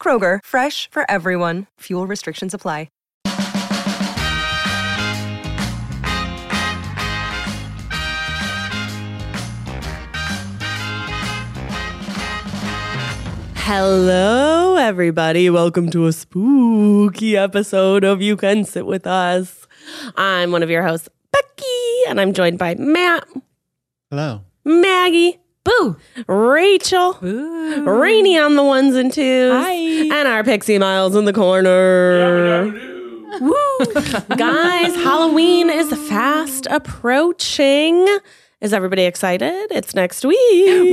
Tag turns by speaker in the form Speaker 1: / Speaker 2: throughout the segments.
Speaker 1: Kroger, fresh for everyone. Fuel restrictions apply.
Speaker 2: Hello, everybody. Welcome to a spooky episode of You Can Sit With Us. I'm one of your hosts, Becky, and I'm joined by Matt,
Speaker 3: Hello.
Speaker 2: Maggie,
Speaker 4: Boo.
Speaker 2: Rachel, Rainy on the ones and twos, and our Pixie Miles in the corner. Woo! Guys, Halloween is fast approaching. Is everybody excited? It's next week.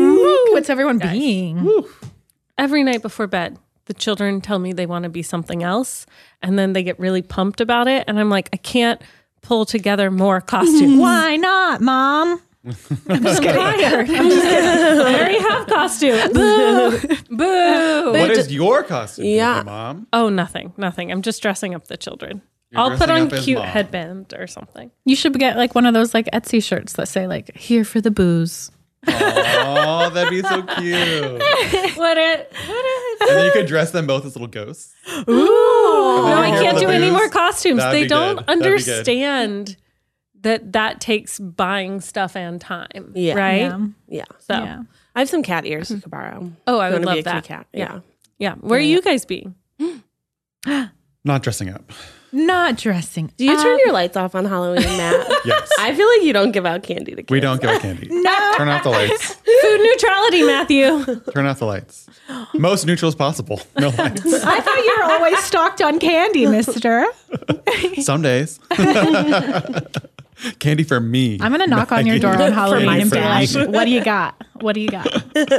Speaker 5: What's everyone being?
Speaker 6: every night before bed, the children tell me they want to be something else, and then they get really pumped about it, and I'm like, I can't pull together more costumes.
Speaker 5: Why not, Mom?
Speaker 6: I'm tired. I'm just kidding. I already have costumes. Boo, boo.
Speaker 3: what is your costume?
Speaker 2: Yeah.
Speaker 3: your mom.
Speaker 6: Oh, nothing, nothing. I'm just dressing up the children.
Speaker 3: You're
Speaker 6: I'll put
Speaker 3: dressing
Speaker 6: on
Speaker 3: up as
Speaker 6: cute
Speaker 3: mom.
Speaker 6: headband or something.
Speaker 5: You should get like one of those like Etsy shirts that say like here for the booze.
Speaker 3: Oh, that'd be so cute. and
Speaker 6: What it? What it?
Speaker 3: then you could dress them both as little ghosts.
Speaker 6: No, I
Speaker 3: Here
Speaker 6: can't
Speaker 3: for the
Speaker 6: do any
Speaker 3: booze.
Speaker 6: more costumes.
Speaker 3: That'd
Speaker 6: they
Speaker 3: be
Speaker 6: don't
Speaker 3: good. That'd be good.
Speaker 6: understand that that takes buying stuff and time.
Speaker 2: Yeah.
Speaker 6: Right.
Speaker 5: Yeah.
Speaker 2: Yeah.
Speaker 6: So.
Speaker 5: Yeah.
Speaker 2: I have some cat ears you could borrow.
Speaker 6: Oh, I
Speaker 2: You
Speaker 6: would
Speaker 2: wanna
Speaker 6: love
Speaker 2: be a kitty
Speaker 6: that.
Speaker 2: cat. Yeah.
Speaker 6: Yeah. Where are you guys being?
Speaker 3: Not dressing up.
Speaker 5: Not dressing.
Speaker 2: Do you
Speaker 6: Um,
Speaker 2: turn your lights off on Halloween, Matt?
Speaker 3: Yes.
Speaker 2: I feel like you don't give out candy to kids.
Speaker 3: we don't give out candy. no. Turn off the lights.
Speaker 6: Food neutrality, Matthew.
Speaker 3: Turn off the lights. Most neutral as possible. No lights.
Speaker 5: I thought you were always stocked on candy, Mister.
Speaker 3: Some days. candy for me.
Speaker 5: I'm gonna knock on your door on
Speaker 3: Maggie.
Speaker 5: Halloween
Speaker 3: Candy
Speaker 5: and be
Speaker 3: for
Speaker 5: like,
Speaker 3: me.
Speaker 5: "What do you got? What do you got?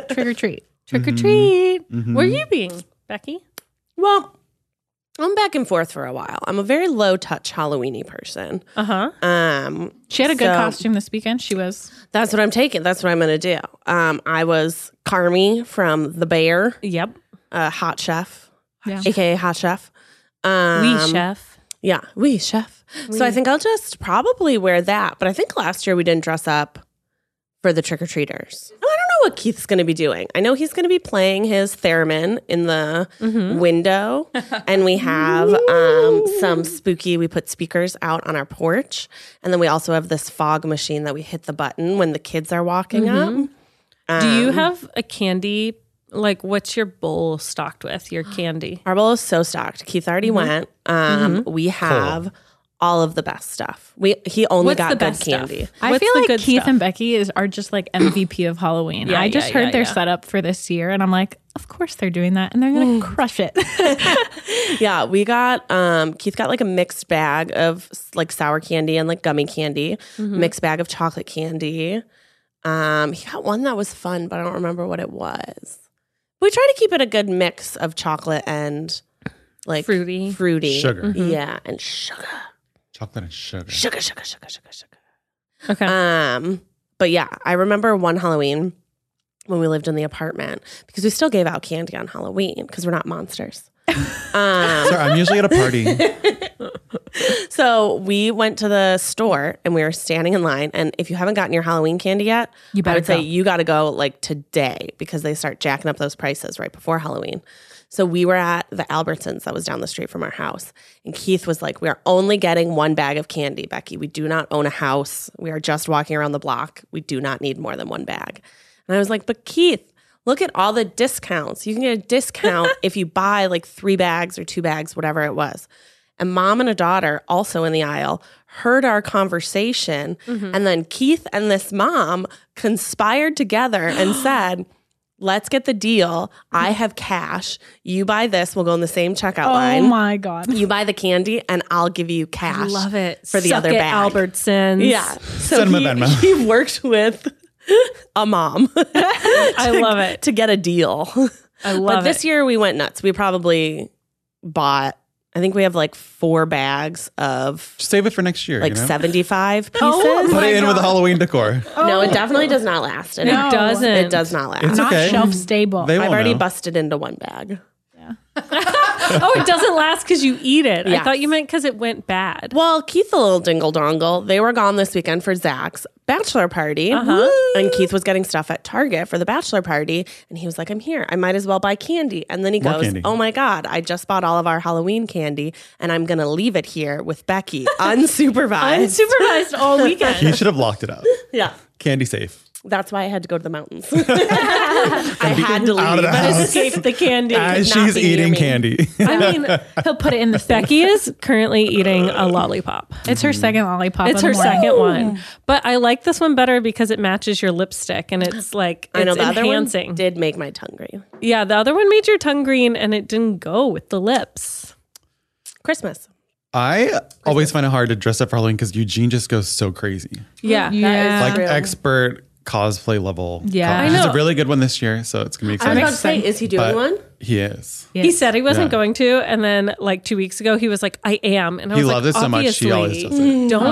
Speaker 5: Trick or treat."
Speaker 6: Trick or treat. Where are you being, Becky?
Speaker 2: Well, I'm back and forth for a while. I'm a very low touch Halloweeny person.
Speaker 6: Uh huh.
Speaker 2: Um,
Speaker 5: She had a good
Speaker 2: So-
Speaker 5: costume this weekend. She was
Speaker 2: that's what I'm taking. That's what I'm going to do. Um, I was Carmi from The Bear,
Speaker 6: Yep.
Speaker 2: uh, Hot Chef,
Speaker 5: Yeah.
Speaker 2: aka Hot Chef. Um,
Speaker 6: we chef.
Speaker 2: Yeah, we chef. So I think I'll just probably wear that. But I think last year we didn't dress up for the trick or treaters. I don't know what Keith's going to be doing. I know he's going to be playing his theremin in the
Speaker 6: Mm-hmm.
Speaker 2: window, and we have um, some spooky. We put speakers out on our porch, and then we also have this fog machine that we hit the button when the kids are walking up.
Speaker 6: Mm-hmm. Do you
Speaker 2: Um,
Speaker 6: have a candy? Like, what's your bowl stocked with? Your candy.
Speaker 2: Our bowl is so stocked. Keith already
Speaker 6: Mm-hmm.
Speaker 2: went. Um, We have all of the best stuff. We he only
Speaker 6: What's
Speaker 2: got
Speaker 6: the
Speaker 2: good
Speaker 6: best stuff?
Speaker 2: candy.
Speaker 5: I
Speaker 6: What's
Speaker 5: feel
Speaker 6: the
Speaker 5: like
Speaker 6: good
Speaker 5: Keith
Speaker 6: stuff?
Speaker 5: and Becky is are just like MVP of Halloween.
Speaker 6: Yeah,
Speaker 5: I just
Speaker 6: yeah,
Speaker 5: heard
Speaker 6: yeah,
Speaker 5: their
Speaker 6: yeah.
Speaker 5: setup for this year, and I'm like, of course they're doing that, and they're gonna crush it.
Speaker 2: Yeah, we got um Keith got like a mixed bag of s- like sour candy and like gummy candy,
Speaker 6: Mm-hmm.
Speaker 2: mixed bag of chocolate candy. Um he got one that was fun, but I don't remember what it was. We try to keep it a good mix of chocolate and like
Speaker 6: Fruity. Mm-hmm.
Speaker 2: fruity
Speaker 3: Sugar.
Speaker 2: Yeah, and sugar.
Speaker 3: Chocolate and sugar.
Speaker 2: Sugar, sugar, sugar, sugar, sugar.
Speaker 6: Okay.
Speaker 2: Um, but yeah, I remember one Halloween when we lived in the apartment because we still gave out candy on Halloween because we're not monsters. um,
Speaker 3: Sorry, I'm usually at a party. It
Speaker 2: so we went to the store and we were standing in line. And if you haven't gotten your Halloween candy yet,
Speaker 5: You
Speaker 2: I
Speaker 5: better
Speaker 2: would say
Speaker 5: go.
Speaker 2: you got to go like today because they start jacking up those prices right before Halloween. So we were at the Albertsons that was down the street from our house. And Keith was like, We are only getting one bag of candy, Becky. We do not own a house. We are just walking around the block. We do not need more than one bag. And I was like, But Keith, look at all the discounts. You can get a discount if you buy like three bags or two bags, whatever it was. And mom and a daughter, also in the aisle, heard our conversation.
Speaker 6: Mm-hmm.
Speaker 2: And then Keith and this mom conspired together and said, Let's get the deal. I have cash. You buy this. We'll go in the same checkout
Speaker 5: oh
Speaker 2: line.
Speaker 5: my god!
Speaker 2: You buy the candy, and I'll give you cash.
Speaker 6: it
Speaker 2: for the
Speaker 6: Suck
Speaker 2: other
Speaker 6: it,
Speaker 2: bag.
Speaker 6: Albertsons.
Speaker 2: Yeah. So
Speaker 3: Send him a
Speaker 2: he,
Speaker 3: Venmo.
Speaker 2: he worked with a mom
Speaker 6: I love it.
Speaker 2: to get a deal.
Speaker 6: I love
Speaker 2: But this
Speaker 6: it.
Speaker 2: year we went nuts. We probably bought, I think we have like four bags of
Speaker 3: Save it for next year.
Speaker 2: like
Speaker 3: you know?
Speaker 2: 75 pieces.
Speaker 3: Put
Speaker 5: my
Speaker 3: it in with the
Speaker 5: God.
Speaker 3: Halloween decor.
Speaker 2: No, it definitely does not last. And
Speaker 6: It doesn't.
Speaker 2: It does not last.
Speaker 3: It's
Speaker 5: Not
Speaker 3: okay.
Speaker 5: shelf stable.
Speaker 3: They
Speaker 5: I
Speaker 3: won't
Speaker 2: I've already
Speaker 3: know.
Speaker 2: busted into one bag.
Speaker 6: Oh, it doesn't last because you eat it.
Speaker 2: Yes.
Speaker 6: I thought you meant because it went bad.
Speaker 2: Well, Keith, the little dingle dongle, they were gone this weekend for Zach's bachelor party. Woo! And Keith was getting stuff at Target for the bachelor party. And he was like, I'm here. I might as well buy candy. And then he
Speaker 3: More
Speaker 2: goes,
Speaker 3: candy.
Speaker 2: Oh my God, I just bought all of our Halloween candy and I'm going to leave it here with Becky unsupervised.
Speaker 6: Unsupervised all weekend.
Speaker 3: You should have locked it up.
Speaker 2: yeah.
Speaker 3: Candy safe.
Speaker 2: That's why I had to go to the mountains. I had to leave.
Speaker 3: out of the house.
Speaker 6: Escape the candy.
Speaker 3: As
Speaker 2: not
Speaker 3: she's
Speaker 2: be near
Speaker 3: eating
Speaker 2: me.
Speaker 3: candy.
Speaker 5: I mean, he'll put it in the thing.
Speaker 6: Becky is currently eating a lollipop.
Speaker 5: It's
Speaker 3: Mm-hmm.
Speaker 5: her second lollipop.
Speaker 6: It's
Speaker 5: of
Speaker 6: her
Speaker 5: the morning.
Speaker 6: second one, but I like this one better because it matches your lipstick and it's like it's
Speaker 2: I know the other one
Speaker 6: enhancing.
Speaker 2: did make my tongue green.
Speaker 6: yeah, the other one made your tongue green and it didn't go with the lips.
Speaker 2: Christmas.
Speaker 3: I always find it hard to dress up for Halloween because Eugene just goes so crazy.
Speaker 6: Yeah,
Speaker 2: Oh,
Speaker 5: Yeah.
Speaker 3: Like expert cosplay level.
Speaker 5: Yeah.
Speaker 3: cosplay.
Speaker 5: I
Speaker 3: He's a
Speaker 6: know.
Speaker 3: really good one this year, so it's gonna be
Speaker 2: I was
Speaker 3: exciting.
Speaker 2: about to say, is he doing
Speaker 3: But
Speaker 2: one?
Speaker 3: He is.
Speaker 6: He said he wasn't
Speaker 3: Yeah.
Speaker 6: going to, and then like two weeks ago, he was like, "I am," and I
Speaker 3: He
Speaker 6: was
Speaker 3: loves
Speaker 6: like,
Speaker 3: it so much. He always
Speaker 6: "Obviously,
Speaker 3: does
Speaker 2: Mm-hmm.
Speaker 3: it.
Speaker 6: Don't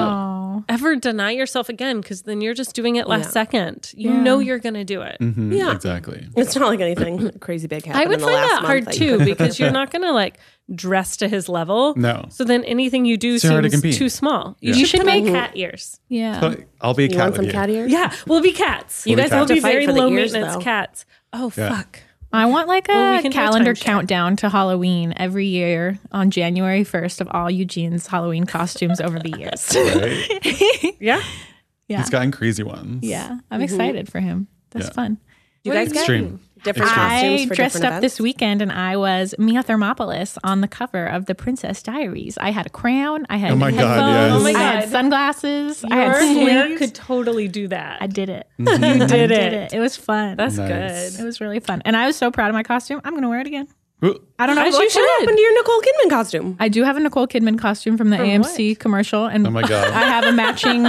Speaker 6: ever deny yourself again, because then you're just doing it last second. You know you're gonna do it.
Speaker 3: Mhm,
Speaker 2: Yeah.
Speaker 3: Exactly.
Speaker 2: It's not like anything crazy big happened.
Speaker 6: I would
Speaker 2: in the
Speaker 6: find
Speaker 2: last
Speaker 6: that
Speaker 2: month
Speaker 6: hard
Speaker 2: that you
Speaker 6: too because you're not going to like dress to his level.
Speaker 3: No.
Speaker 6: So then anything you do
Speaker 3: Too hard to
Speaker 6: seems
Speaker 3: compete.
Speaker 6: too small. You
Speaker 3: Yeah.
Speaker 6: should, make cat ears.
Speaker 5: Yeah.
Speaker 3: But I'll be a
Speaker 2: You
Speaker 3: cat
Speaker 2: want
Speaker 3: with
Speaker 2: some
Speaker 3: you.
Speaker 2: cat ears?
Speaker 6: Yeah, we'll be cats. You
Speaker 3: We'll be
Speaker 6: guys will
Speaker 3: cats.
Speaker 6: be
Speaker 2: Have to fight
Speaker 6: very
Speaker 2: for the
Speaker 6: low
Speaker 2: ears,
Speaker 6: maintenance
Speaker 2: though.
Speaker 6: cats. Oh
Speaker 3: Yeah.
Speaker 6: fuck.
Speaker 5: I want like a
Speaker 6: Well, we can do a
Speaker 5: calendar
Speaker 6: timeshare.
Speaker 5: countdown to Halloween every year on January 1st of all Eugene's Halloween costumes over the years.
Speaker 3: Right?
Speaker 6: Yeah.
Speaker 3: He's gotten crazy ones.
Speaker 5: yeah. I'm excited
Speaker 6: Mm-hmm.
Speaker 5: for him. That's
Speaker 3: Yeah.
Speaker 5: fun.
Speaker 2: You guys get
Speaker 3: Extreme.
Speaker 2: different costumes
Speaker 5: I
Speaker 2: for
Speaker 5: dressed up
Speaker 2: different events?
Speaker 5: this weekend and I was Mia Thermopolis on the cover of the Princess Diaries. I had a crown. I had
Speaker 3: Oh my
Speaker 5: headphones,
Speaker 3: god, yes.
Speaker 6: Oh my
Speaker 5: I
Speaker 6: God.
Speaker 5: had sunglasses. I
Speaker 6: Your
Speaker 5: had
Speaker 6: hair
Speaker 5: sleeves.
Speaker 6: could totally do that.
Speaker 5: I did it.
Speaker 3: Mm-hmm.
Speaker 6: you did
Speaker 5: I
Speaker 6: it.
Speaker 5: did it. It was fun.
Speaker 6: That's
Speaker 3: Nice.
Speaker 5: it
Speaker 6: good.
Speaker 5: was really fun. And I was so proud of my costume. I'm going to wear it again.
Speaker 3: Ooh,
Speaker 5: I don't know
Speaker 6: As
Speaker 5: what
Speaker 6: you
Speaker 5: to-
Speaker 2: What
Speaker 6: should.
Speaker 2: happened to your Nicole Kidman costume?
Speaker 5: I do have a Nicole Kidman costume from the AMC commercial, and
Speaker 3: Oh my God.
Speaker 5: I have a matching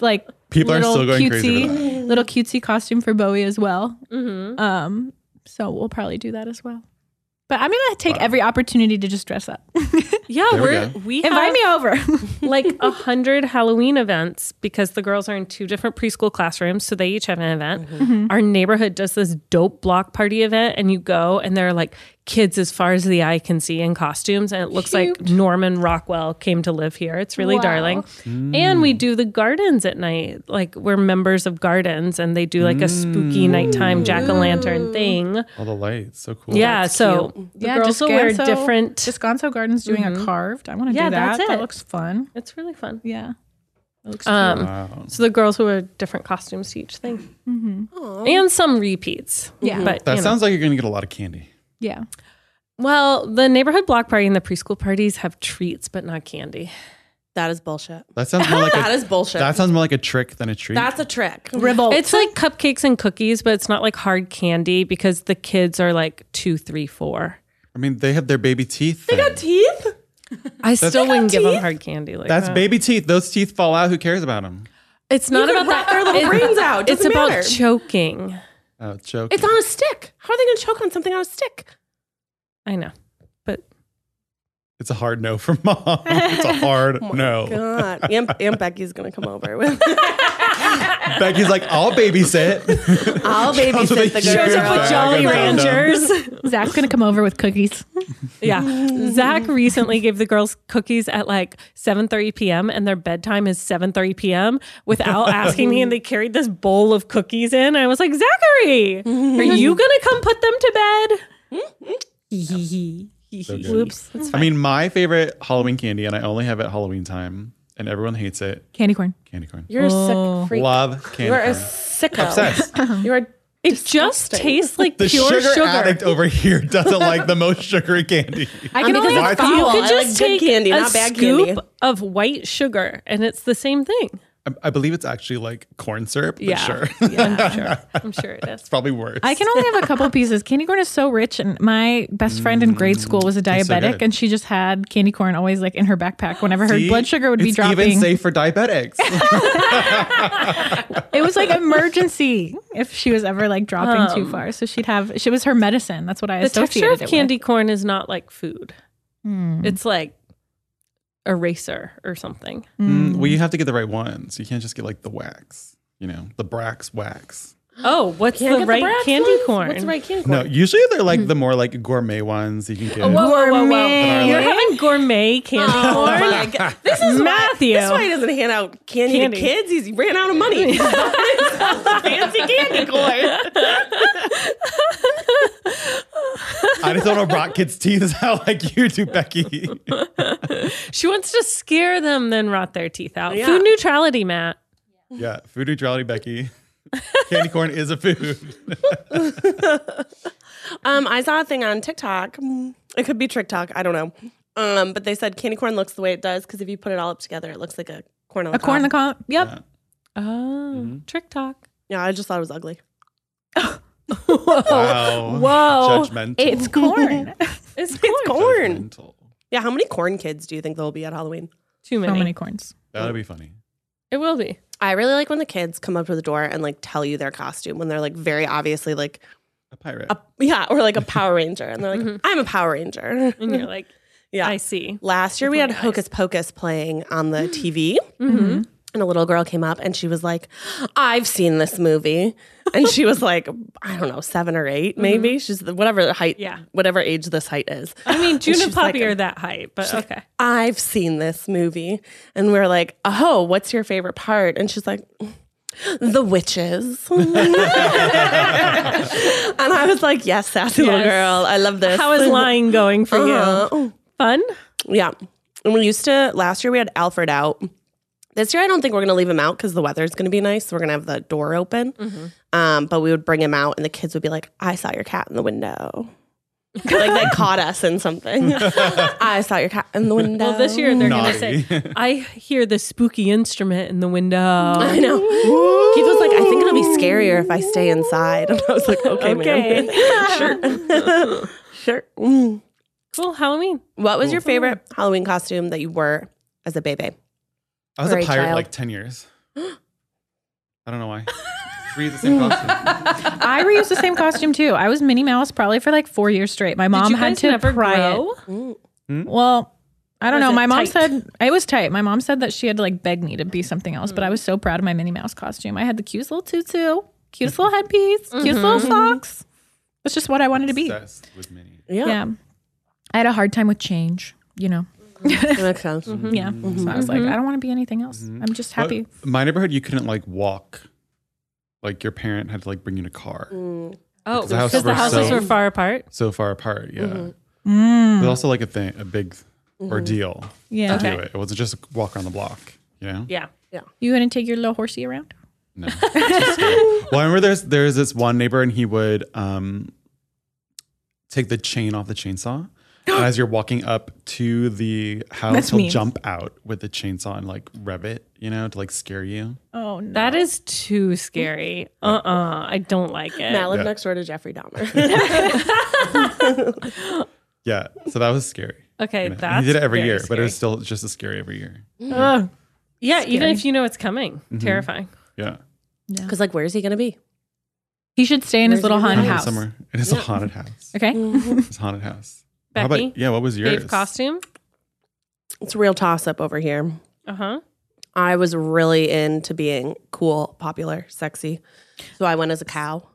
Speaker 5: like
Speaker 3: People are
Speaker 5: little
Speaker 3: still going
Speaker 5: cutesy,
Speaker 3: crazy for
Speaker 5: little cutesy costume for Bowie as well.
Speaker 6: Mm-hmm.
Speaker 5: Um, so we'll probably do that as well. But I'm gonna take every opportunity to just dress up.
Speaker 6: Yeah,
Speaker 3: we
Speaker 6: we're
Speaker 3: go.
Speaker 6: we, we
Speaker 5: Invite
Speaker 6: have
Speaker 5: me over.
Speaker 6: like a hundred Halloween events because the girls are in two different preschool classrooms, so they each have an event. Our neighborhood does this dope block party event, and you go, and there are like kids as far as the eye can see in costumes, and it looks like Norman Rockwell came to live here. It's really darling. And we do the gardens at night, like we're members of gardens, and they do like a spooky nighttime jack o' lantern thing.
Speaker 3: all the lights. So cool.
Speaker 6: yeah, so the girls will wear different.
Speaker 5: Descanso Gardens doing a carved. I want to
Speaker 6: Mm-hmm.
Speaker 5: do
Speaker 6: Yeah,
Speaker 5: that.
Speaker 6: that's it.
Speaker 5: That looks fun.
Speaker 6: it's really fun.
Speaker 5: Yeah. That looks
Speaker 6: Um,
Speaker 3: Wow.
Speaker 6: So the girls will wear different costumes to each thing, and some repeats.
Speaker 5: Yeah.
Speaker 6: but
Speaker 3: That
Speaker 6: you know.
Speaker 3: sounds like you're gonna get a lot of candy.
Speaker 5: yeah.
Speaker 6: well. The neighborhood block party and the preschool parties have treats, but not candy.
Speaker 2: That is bullshit.
Speaker 3: That sounds more like
Speaker 2: That
Speaker 3: a,
Speaker 2: is bullshit.
Speaker 3: that sounds more like a trick than a treat.
Speaker 2: That's a trick.
Speaker 5: Ribble.
Speaker 6: It's like cupcakes and cookies, but it's not like hard candy because the kids are like two, three, four.
Speaker 3: I mean, they have their baby teeth. thing.
Speaker 2: Teeth?
Speaker 6: I still wouldn't give them hard candy like
Speaker 3: That's
Speaker 6: that.
Speaker 3: baby teeth. Those teeth fall out. Who cares about them?
Speaker 6: It's not about
Speaker 2: rip
Speaker 6: that.
Speaker 2: their little
Speaker 6: It-
Speaker 2: brains out.
Speaker 6: It's
Speaker 2: Doesn't
Speaker 6: about
Speaker 2: matter.
Speaker 6: choking.
Speaker 3: Oh, joke.
Speaker 2: It's on a stick. How are they going to choke on something on a stick?
Speaker 6: I know, but
Speaker 3: It's a hard no from mom. It's a hard
Speaker 5: Oh
Speaker 3: no.
Speaker 2: God. Aunt, Aunt Becky's going to come over with.
Speaker 3: Becky's like, I'll babysit.
Speaker 5: Ah,
Speaker 2: I'll
Speaker 3: Comes with
Speaker 2: babysit
Speaker 3: a
Speaker 2: the girl.
Speaker 3: huge bag of Jolly condoms. Ranchers.
Speaker 5: Zach's gonna come over with cookies.
Speaker 6: Yeah. Zach recently gave the girls cookies at like 7:30 p.m. and their bedtime is 7:30 p.m. without asking me and they carried this bowl of cookies in. I was like, "Zachary, are you going to come put them to bed?"
Speaker 3: good.
Speaker 6: Whoops.
Speaker 3: I mean, my favorite Halloween candy, and I only have it at Halloween time, and everyone hates it.
Speaker 5: Candy corn.
Speaker 3: Candy corn.
Speaker 2: You're a sick freak.
Speaker 3: Love candy
Speaker 2: You're a
Speaker 3: corn.
Speaker 2: sicko.
Speaker 3: Obsessed.
Speaker 2: Oh. You're a
Speaker 6: It just tastes like
Speaker 3: The
Speaker 6: pure
Speaker 3: sugar,
Speaker 6: sugar.
Speaker 3: addict over here doesn't like the most sugary candy.
Speaker 5: I can
Speaker 2: because
Speaker 5: only
Speaker 2: it's
Speaker 3: Why-
Speaker 2: foul.
Speaker 6: You
Speaker 2: I
Speaker 6: could
Speaker 2: like
Speaker 6: just
Speaker 2: good
Speaker 6: take
Speaker 2: candy,
Speaker 6: a
Speaker 2: not bad
Speaker 6: scoop
Speaker 2: candy.
Speaker 6: of white sugar and it's the same thing.
Speaker 3: I, I believe it's actually like corn syrup, but
Speaker 6: Yeah.
Speaker 3: sure.
Speaker 6: Yeah, I'm sure. I'm sure it is.
Speaker 3: it's probably worse.
Speaker 5: I can only have a couple pieces. Candy corn is so rich, and my best friend in grade school was a
Speaker 3: Mm, so
Speaker 5: diabetic,
Speaker 3: good.
Speaker 5: and she just had candy corn always like in her backpack whenever her
Speaker 3: See?
Speaker 5: blood sugar would be
Speaker 3: It's
Speaker 5: dropping.
Speaker 3: even safe for diabetics. Mm,
Speaker 5: It was like emergency if she was ever like dropping too far. So she'd have. She was her medicine. That's what I
Speaker 6: Oh. The
Speaker 5: associated
Speaker 6: texture of
Speaker 5: it with.
Speaker 6: candy corn is not like food.
Speaker 2: Hmm.
Speaker 6: It's like eraser or something.
Speaker 3: Mm, well, you have to get the right ones. You can't just get like the wax, you know, the Brax wax.
Speaker 6: Oh, what's
Speaker 2: Can't
Speaker 6: the
Speaker 2: get
Speaker 6: right
Speaker 2: Bratz
Speaker 6: candy
Speaker 2: ones?
Speaker 6: corn?
Speaker 2: What's the right candy corn?
Speaker 3: No, usually they're like the more like gourmet ones you can get.
Speaker 6: Whoa, whoa, whoa, whoa.
Speaker 2: Gourmet.
Speaker 6: You're having gourmet candy corn.
Speaker 2: Oh my God. This is
Speaker 6: Matthew.
Speaker 2: Why, this is why he doesn't hand out candy,
Speaker 6: Candy.
Speaker 2: to kids. He's, he ran out of money. Fancy candy corn.
Speaker 3: I just don't know. Brought kids' teeth is how like you do, Becky.
Speaker 6: She wants to scare them, then rot their teeth out.
Speaker 2: Yeah.
Speaker 6: Food neutrality, Matt.
Speaker 3: yeah, food neutrality, Becky. Candy corn is a food.
Speaker 2: Um, I saw a thing on TikTok. Mm, It could be TikTok. I don't know. Um, but they said candy corn looks the way it does because if you put it all up together, it looks like a corn on the
Speaker 5: A corn in the
Speaker 2: cob.
Speaker 5: con. Yep.
Speaker 6: Oh, trick talk.
Speaker 2: Yeah, I just thought it was ugly.
Speaker 3: Wow.
Speaker 6: Whoa.
Speaker 3: Judgmental.
Speaker 5: It's corn.
Speaker 6: It's corn.
Speaker 2: It's corn.
Speaker 3: Judgmental.
Speaker 2: Yeah, how many corn kids do you think there'll be at Halloween?
Speaker 6: Too
Speaker 5: so
Speaker 6: many.
Speaker 5: many corns.
Speaker 3: That would be funny.
Speaker 6: It will be.
Speaker 2: I really like when the kids come up to the door and like tell you their costume when they're like very obviously like
Speaker 3: A pirate.
Speaker 2: a yeah or like a Power Ranger and they're like I'm a Power Ranger.
Speaker 6: And you're like,
Speaker 2: Mm-hmm. yeah,
Speaker 6: I see.
Speaker 2: Last year we had Hocus Pocus playing on
Speaker 6: Mm-hmm.
Speaker 2: the TV. And a little girl came up and she was like, I've seen this movie. And she was like, I don't know, seven or eight, maybe. She's the, whatever the height,
Speaker 6: Mm-hmm. Yeah.
Speaker 2: whatever age this height is.
Speaker 6: I mean, June and
Speaker 2: she's like
Speaker 6: Poppy
Speaker 2: a-
Speaker 6: are that high, but okay.
Speaker 2: I've seen this movie. And we are like, oh, what's your favorite part? And she's like, the witches. and I was like, yes, sassy little
Speaker 6: Yes.
Speaker 2: girl. I love this.
Speaker 6: How is lying going for
Speaker 2: Uh-huh. Oh.
Speaker 6: you? Fun?
Speaker 2: Yeah. And we used to, last year we had Alfred out. This year I don't think we're going to leave him out because the weather's going to be nice. So we're going to have the door open. Um, but we would bring him out and the kids would be like, I saw your cat in the window. like they caught us in something. I saw your cat in the window.
Speaker 6: Well, this year they're going to
Speaker 3: Naughty.
Speaker 6: say, I hear the spooky instrument in the window.
Speaker 2: I know. Keith was like, I think it'll be scarier if I stay inside. And I was like, okay,
Speaker 6: Okay.
Speaker 2: ma'am. sure. sure. Mm.
Speaker 6: Cool. Halloween.
Speaker 2: What was your favorite Halloween costume that you wore as a baby?
Speaker 3: I was
Speaker 2: Or
Speaker 3: a
Speaker 2: a
Speaker 3: pirate
Speaker 2: child.
Speaker 3: like 10 years. I don't know why. Three of the same costume.
Speaker 5: I reused the same costume too. I was Minnie Mouse probably for like four years straight. My mom
Speaker 6: Did you
Speaker 5: had
Speaker 6: guys
Speaker 5: to
Speaker 6: never
Speaker 5: pry
Speaker 6: grow?
Speaker 5: it. Well, I don't
Speaker 6: Was
Speaker 5: know.
Speaker 6: it
Speaker 5: My mom
Speaker 6: tight?
Speaker 5: said it was tight. My mom said that she had to like beg me to be something else, but I was so proud of my Minnie Mouse costume. I had the cutest little tutu, cutest little headpiece, cutest little socks. That's just what I wanted to be.
Speaker 3: Obsessed with Minnie.
Speaker 5: Yeah. I had a hard time with change, you know.
Speaker 2: That makes sense.
Speaker 5: Yeah. So I was like, I don't want to be anything else. I'm just happy.
Speaker 3: But my neighborhood, you couldn't like walk. Like your parent had to like bring you in a car.
Speaker 6: Oh,
Speaker 3: the houses
Speaker 6: because the
Speaker 3: were
Speaker 6: houses
Speaker 3: so-
Speaker 6: were far apart.
Speaker 3: So far apart. Yeah.
Speaker 6: Mm.
Speaker 3: It was also like a thing, a big ordeal
Speaker 5: Yeah.
Speaker 3: to do it. It wasn't just walk around the block, you know?
Speaker 6: Yeah.
Speaker 5: You gonna take your little horsey around?
Speaker 3: No. well, I remember there's there's this one neighbor and he would um take the chain off the chainsaw. and as you're walking up to the house,
Speaker 5: That's
Speaker 3: he'll
Speaker 5: mean.
Speaker 3: jump out with the chainsaw and like rev it, you know, to like scare you.
Speaker 5: Oh no.
Speaker 6: That is too scary. Uh uh I don't like it.
Speaker 2: Matt lived
Speaker 3: Yeah.
Speaker 2: next door to Jeffrey Dahmer.
Speaker 3: Yeah. So that was scary.
Speaker 6: Okay,
Speaker 3: you know? And
Speaker 6: that's
Speaker 3: he did it every
Speaker 6: very
Speaker 3: year, but
Speaker 6: scary.
Speaker 3: it's still just as scary every year.
Speaker 6: yeah, even if you know it's coming,
Speaker 3: Mm-hmm.
Speaker 6: terrifying.
Speaker 3: Yeah.
Speaker 2: Because, like, where is he going to be?
Speaker 5: he should stay in his little
Speaker 3: I don't
Speaker 5: haunted
Speaker 3: know,
Speaker 5: house.
Speaker 3: somewhere. It is a haunted house.
Speaker 5: Okay.
Speaker 3: It's a haunted house. How
Speaker 6: Becky?
Speaker 3: about yeah, what was yours?
Speaker 6: Fave costume.
Speaker 2: It's a real toss up over here.
Speaker 6: Uh huh.
Speaker 2: I was really into being cool, popular, sexy. So I went as a cow.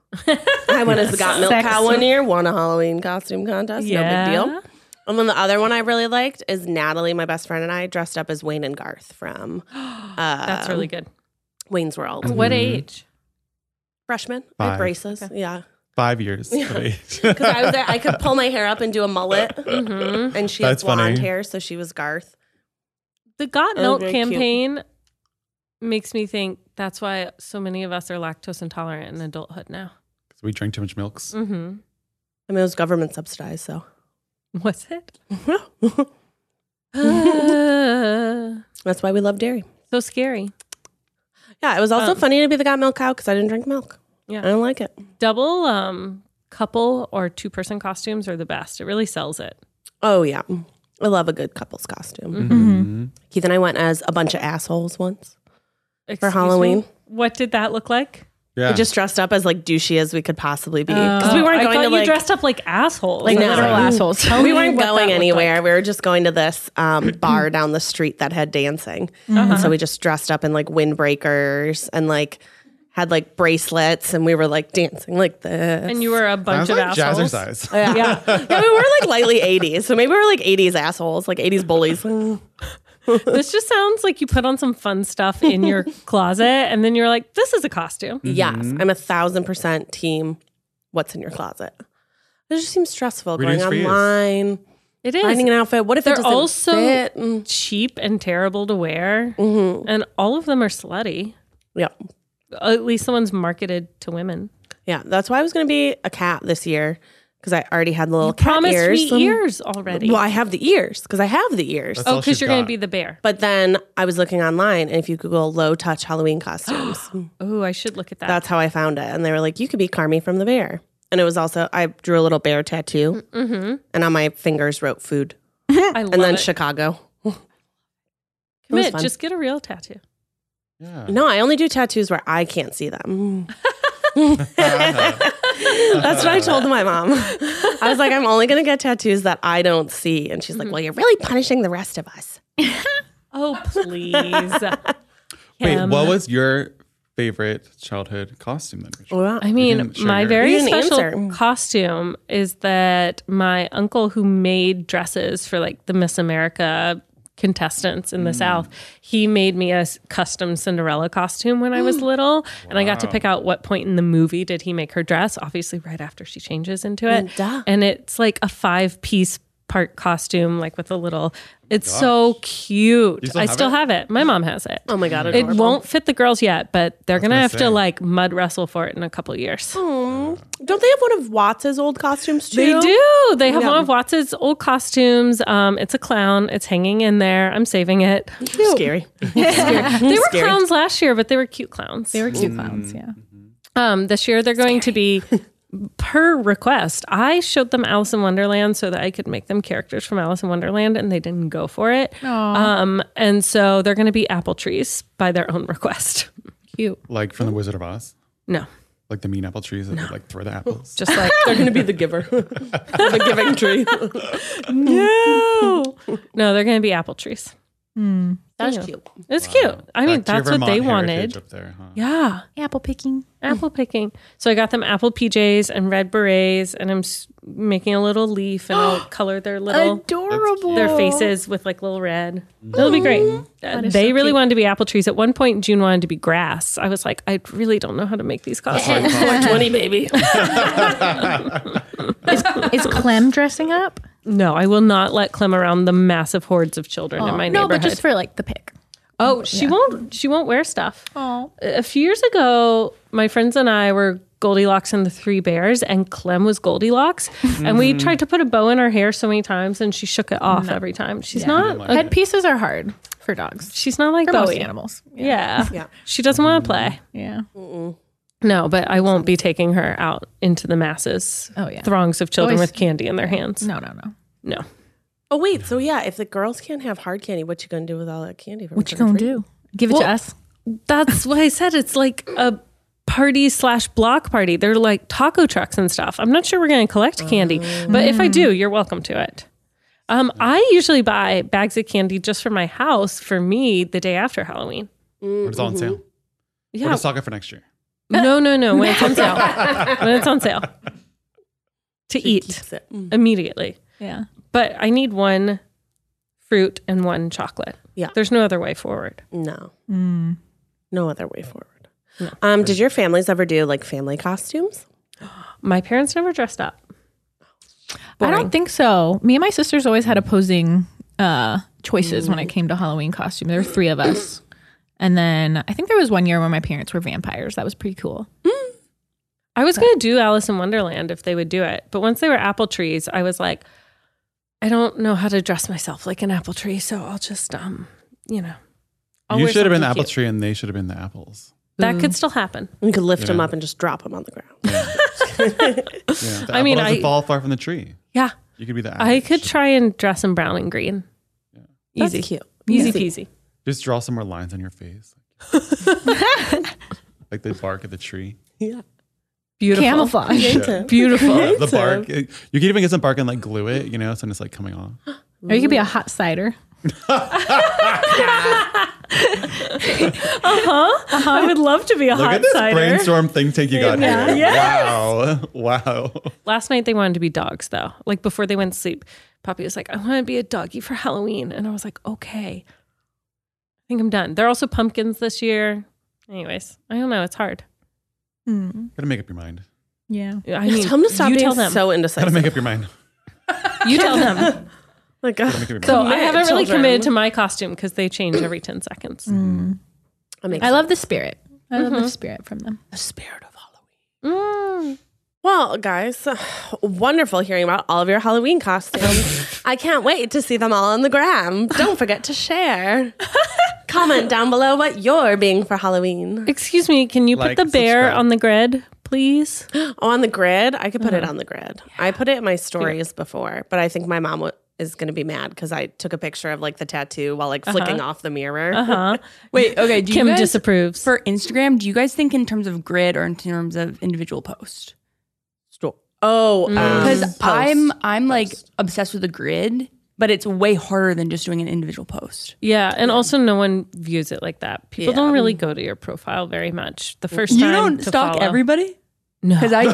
Speaker 2: I went as a got milk cow
Speaker 5: Sexy.
Speaker 2: one year, won a Halloween costume contest. No big deal. And then the other one I really liked is Natalie, my best friend, and I dressed up as Wayne and Garth from uh,
Speaker 6: That's really good.
Speaker 2: Wayne's World.
Speaker 3: Mm-hmm. Mm.
Speaker 6: What age?
Speaker 2: Freshman, I had
Speaker 3: Five.
Speaker 2: braces. Yeah.
Speaker 3: Five years of age.
Speaker 2: Because I was there, I could pull my hair up and do a mullet.
Speaker 6: Mm-hmm.
Speaker 2: And she has
Speaker 3: That's funny.
Speaker 2: blonde hair, so she was Garth.
Speaker 6: The Got
Speaker 2: Oh,
Speaker 6: Milk
Speaker 2: very cute.
Speaker 6: campaign makes me think that's why so many of us are lactose intolerant in adulthood now.
Speaker 3: we drank too much milks.
Speaker 2: I
Speaker 6: Mm-hmm.
Speaker 2: mean, it was government subsidized, so.
Speaker 6: What's it? Uh,
Speaker 2: That's why we love dairy.
Speaker 6: so scary.
Speaker 2: Yeah, it was also
Speaker 6: Um,
Speaker 2: funny to be the got milk cow because I didn't drink milk.
Speaker 6: Yeah.
Speaker 2: I don't like it.
Speaker 6: Double um, couple or two person costumes are the best. It really sells it.
Speaker 2: Oh yeah, I love a good couple's costume.
Speaker 6: Mm-hmm.
Speaker 3: Mm-hmm.
Speaker 2: Keith and I went as a bunch of assholes once.
Speaker 6: Excuse me?
Speaker 2: Halloween?
Speaker 6: What did that look like?
Speaker 3: Yeah.
Speaker 2: We just dressed up as like douchey as we could possibly be because we
Speaker 6: Oh,
Speaker 2: weren't
Speaker 6: I
Speaker 2: going
Speaker 6: thought
Speaker 2: to
Speaker 6: you
Speaker 2: like
Speaker 6: dressed up like assholes.
Speaker 2: Like,
Speaker 6: Like,
Speaker 2: no.
Speaker 5: Literal
Speaker 2: Right.
Speaker 5: assholes. Tell
Speaker 2: we
Speaker 5: me
Speaker 2: weren't
Speaker 5: what that
Speaker 2: going
Speaker 5: looked
Speaker 2: anywhere. We were just going to this um, bar down the street that had dancing, and so we just dressed up in like windbreakers and like had like bracelets, and we were like dancing like this.
Speaker 6: and you were a
Speaker 3: Sounds
Speaker 6: bunch of
Speaker 3: like
Speaker 6: assholes.
Speaker 3: jazzercise.
Speaker 2: Yeah, yeah. we were like lightly '80s, so maybe we were like '80s assholes, like '80s bullies.
Speaker 3: Mm-hmm.
Speaker 6: This just sounds like you put on some fun stuff in your closet, and then you're like, "This is a costume."
Speaker 2: Yes, I'm a thousand percent team. What's in your closet? It just seems stressful
Speaker 3: Reduce for
Speaker 2: going
Speaker 3: use.
Speaker 2: online,
Speaker 6: It is.
Speaker 2: finding an outfit. What if it
Speaker 6: They're
Speaker 2: doesn't
Speaker 6: also
Speaker 2: fit? Mm,
Speaker 6: cheap and terrible to wear,
Speaker 2: Mm-hmm.
Speaker 6: and all of them are slutty.
Speaker 2: yeah,
Speaker 6: At least the ones marketed to women.
Speaker 2: yeah. That's why I was going to be a cat this year because I already had little cat
Speaker 6: Promise
Speaker 2: ears.
Speaker 6: me
Speaker 2: Um,
Speaker 6: ears already.
Speaker 2: Well, I have the ears because I have the ears.
Speaker 3: That's
Speaker 6: Oh,
Speaker 3: all
Speaker 6: because
Speaker 3: she's
Speaker 6: you're going
Speaker 3: got.
Speaker 6: to be the bear.
Speaker 2: But then I was looking online, and if you Google low touch Halloween costumes,
Speaker 6: Oh, I should look at that.
Speaker 2: that's how I found it. And they were like, you could be Carmi from the bear. And it was also, I drew a little bear tattoo, and on my fingers wrote food,
Speaker 6: I love
Speaker 2: and then
Speaker 6: it.
Speaker 2: Chicago. was
Speaker 6: Commit.
Speaker 2: fun.
Speaker 6: Just get a real tattoo.
Speaker 3: Yeah.
Speaker 2: No, I only do tattoos where I can't see them. That's what I told my mom. I was like, I'm only going to get tattoos that I don't see. And she's like, Well, you're really punishing the rest of us.
Speaker 6: Oh, please.
Speaker 3: Wait,
Speaker 6: Kim.
Speaker 3: what was your favorite childhood costume then? Rachel?
Speaker 2: Well,
Speaker 6: I mean,
Speaker 3: didn't share
Speaker 6: my
Speaker 3: your-
Speaker 6: very
Speaker 2: You didn't
Speaker 6: special
Speaker 2: answer. Mm.
Speaker 6: costume is that my uncle, who made dresses for like the Miss America contestants
Speaker 3: Mm.
Speaker 6: in the South, he made me a s- custom Cinderella costume when I was
Speaker 2: Mm.
Speaker 6: little. And I got to pick out what point in the movie did he make her dress, obviously, right after she changes into it.
Speaker 2: duh.
Speaker 6: And it's like a five piece part costume, like with a little, it's so cute.
Speaker 3: still
Speaker 6: I
Speaker 3: have
Speaker 6: still
Speaker 3: it?
Speaker 6: have it. My mom has it.
Speaker 2: oh my God.
Speaker 6: It won't fit the girls yet, but they're gonna
Speaker 3: gonna
Speaker 6: have
Speaker 3: say.
Speaker 6: to like mud wrestle for it in a couple years.
Speaker 2: Don't they have one of Watts' old costumes too?
Speaker 6: They do. They have
Speaker 2: Yeah.
Speaker 6: one of Watts' old costumes. Um, it's a clown. It's hanging in there. I'm saving it.
Speaker 2: Scary.
Speaker 6: They were clowns last year, but they were cute clowns.
Speaker 5: They were cute clowns. Yeah.
Speaker 6: Um, this year they're going to be per request. I showed them Alice in Wonderland so that I could make them characters from Alice in Wonderland, and they didn't go for it. Um, and so they're going to be apple trees by their own request. Cute.
Speaker 3: Like from The Wizard of Oz?
Speaker 6: No,
Speaker 3: Like the mean apple trees that would like throw the apples.
Speaker 6: just like
Speaker 2: They're going to be the giver, the giving tree.
Speaker 6: no, no, they're going to be apple trees.
Speaker 2: That's cute.
Speaker 6: It's cute. I mean,
Speaker 3: Back to your
Speaker 6: that's what they
Speaker 3: Vermont heritage
Speaker 6: wanted.
Speaker 3: Up there, huh?
Speaker 6: Yeah,
Speaker 5: Apple picking.
Speaker 6: apple picking. So I got them apple PJs and red berets, and I'm s- making a little leaf, and I'll color their little
Speaker 5: Adorable.
Speaker 6: their faces with like little red. It'll be great. Uh,
Speaker 5: is
Speaker 6: they
Speaker 5: so
Speaker 6: really
Speaker 5: cute.
Speaker 6: wanted to be apple trees. At one point, June wanted to be grass. I was like, I really don't know how to make these costumes.
Speaker 2: 420, baby.
Speaker 5: Is Clem dressing up?
Speaker 6: no, I will not let Clem around the massive hordes of children in my
Speaker 5: no,
Speaker 6: neighborhood.
Speaker 5: but just for like the pick.
Speaker 6: oh, she won't. She won't wear stuff.
Speaker 5: Oh,
Speaker 6: a few years ago, my friends and I were Goldilocks and the Three Bears, and Clem was Goldilocks. And we tried to put a bow in her hair so many times, and she shook it off every time. She's not.
Speaker 3: like
Speaker 6: Like,
Speaker 5: headpieces are hard for dogs.
Speaker 6: she's not like
Speaker 5: For most
Speaker 6: Bowie.
Speaker 5: animals.
Speaker 6: Yeah.
Speaker 2: Yeah.
Speaker 6: She doesn't want to play.
Speaker 5: Yeah.
Speaker 6: No, but I won't be taking her out into the masses.
Speaker 5: Oh, yeah.
Speaker 6: Throngs of children
Speaker 5: Boys-
Speaker 6: with candy in their hands.
Speaker 5: No, no, no.
Speaker 6: No.
Speaker 2: Oh, wait. So, yeah, if the girls can't have hard candy, what you going to do with all that candy? From
Speaker 5: What you gonna do? Give it to us.
Speaker 6: That's what I said. It's like a party slash block party. They're like taco trucks and stuff. I'm not sure we're going to collect candy, but if I do, you're welcome to it. Um, I usually buy bags of candy just for my house for me the day after Halloween.
Speaker 3: It's all on sale. We're
Speaker 6: Mm-hmm. Yeah.
Speaker 3: just talking for next year.
Speaker 6: No, no, no. When it's on sale. when it's on sale. To eat
Speaker 2: That's it. Mm.
Speaker 6: immediately.
Speaker 5: Yeah.
Speaker 6: But I need one fruit and one chocolate.
Speaker 2: Yeah.
Speaker 6: There's no other way forward.
Speaker 2: No. No other way forward. Um, did your families ever do like family costumes?
Speaker 6: My parents never dressed up.
Speaker 5: I don't think so. Me and my sisters always had opposing uh, choices when it came to Halloween costume. There were three of us. And then I think there was one year where my parents were vampires. That was pretty cool.
Speaker 6: I was going to do Alice in Wonderland if they would do it. But once they were apple trees, I was like, I don't know how to dress myself like an apple tree. So I'll just, um, you know. I'll
Speaker 3: you
Speaker 6: wear
Speaker 3: should have been the
Speaker 6: something
Speaker 3: apple Mm.
Speaker 6: cute.
Speaker 3: tree and they should have been the apples.
Speaker 6: That could still happen.
Speaker 2: You could lift them
Speaker 3: Yeah.
Speaker 2: up and just drop them on the ground.
Speaker 3: Yeah, the
Speaker 6: I
Speaker 3: apple
Speaker 6: mean,
Speaker 3: doesn't
Speaker 6: I-
Speaker 3: fall far from the tree.
Speaker 6: Yeah.
Speaker 3: You could be the apple.
Speaker 6: I could try and dress in brown and green.
Speaker 2: That's
Speaker 6: Easy.
Speaker 2: cute.
Speaker 6: Easy peasy.
Speaker 3: Just draw some more lines on your face. like the bark of the tree.
Speaker 2: Yeah.
Speaker 6: Beautiful.
Speaker 5: Camouflage.
Speaker 3: Yeah.
Speaker 6: Beautiful.
Speaker 3: Uh, the bark. it- you could even get some bark and like glue it, you know, so it's like coming off.
Speaker 5: Or you could be a hot cider.
Speaker 6: I would love to be a
Speaker 3: Uh-huh. Look
Speaker 6: hot
Speaker 3: at this
Speaker 6: cider.
Speaker 3: brainstorm think tank you got here. Wow. Wow.
Speaker 6: Last night they wanted to be dogs though. Like before they went to sleep, Poppy was like, I want to be a doggy for Halloween. And I was like, okay. I think I'm done. They're also pumpkins this year. Anyways, I don't know. It's hard.
Speaker 3: Gotta make up your mind.
Speaker 5: Hmm. Yeah.
Speaker 6: I mean,
Speaker 2: tell them to stop
Speaker 6: you
Speaker 2: being
Speaker 6: tell them.
Speaker 2: so
Speaker 3: Gotta
Speaker 2: indecisive.
Speaker 3: make up your mind.
Speaker 6: you tell them.
Speaker 2: like, uh,
Speaker 3: Make up your mind.
Speaker 6: So I
Speaker 2: Commit,
Speaker 6: haven't really
Speaker 2: children.
Speaker 6: committed to my costume because they change every 10 seconds.
Speaker 2: that makes
Speaker 5: I love the spirit. I love the spirit from them.
Speaker 2: the spirit of Halloween.
Speaker 6: Mm.
Speaker 2: Well, guys, wonderful hearing about all of your Halloween costumes. I can't wait to see them all on the gram. Don't forget to share. Comment down below what you're being for Halloween.
Speaker 6: Excuse me, can you
Speaker 3: Like,
Speaker 6: put the bear
Speaker 3: subscribe.
Speaker 6: on the grid, please?
Speaker 2: Oh, on the grid? I could put it on the grid. I put it in my stories before, but I think my mom w- is going to be mad because I took a picture of like the tattoo while like flicking off the mirror.
Speaker 6: Huh?
Speaker 4: Wait, okay. Do you
Speaker 6: Kim
Speaker 4: guys,
Speaker 6: disapproves.
Speaker 4: for Instagram, do you guys think in terms of grid or in terms of individual post?
Speaker 2: Oh,
Speaker 6: Um,
Speaker 2: because
Speaker 4: Because I'm I'm like obsessed with the grid, but it's way harder than just doing an individual post.
Speaker 6: yeah, and also no one views it like that. People don't really go to your profile very much. The first
Speaker 4: You
Speaker 6: time
Speaker 4: don't
Speaker 6: to
Speaker 4: stalk
Speaker 6: follow.
Speaker 4: everybody?
Speaker 6: No.
Speaker 4: Because I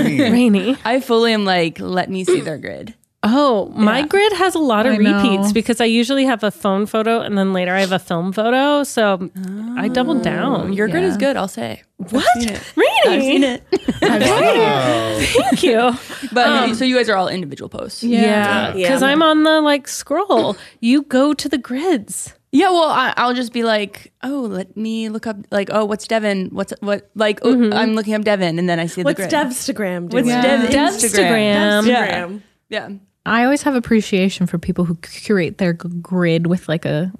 Speaker 4: do.
Speaker 6: Rainy.
Speaker 4: I fully am like, let me see their grid.
Speaker 6: Oh, my grid has a lot of
Speaker 5: I know.
Speaker 6: repeats because I usually have a phone photo and then later I have a film photo. So I doubled down.
Speaker 4: Your grid is good, I'll say. What? Oh. I've
Speaker 6: Rainy,
Speaker 4: seen it.
Speaker 3: Wow.
Speaker 6: thank you.
Speaker 4: But so you guys are all individual posts. Um, Yeah.
Speaker 6: Yeah,
Speaker 2: Yeah.
Speaker 6: because I'm on the like scroll. You go to the grids.
Speaker 4: well, I, I'll just be like, oh, let me look up, like, oh, what's Devin? What's what? Like, oh, I'm looking up Devin, and then I see
Speaker 2: What's
Speaker 4: the grid.
Speaker 2: Devstagram doing?
Speaker 4: What's Dev Instagram?
Speaker 6: Devstagram.
Speaker 4: Yeah. Yeah.
Speaker 5: I always have appreciation for people who curate their g- grid with like a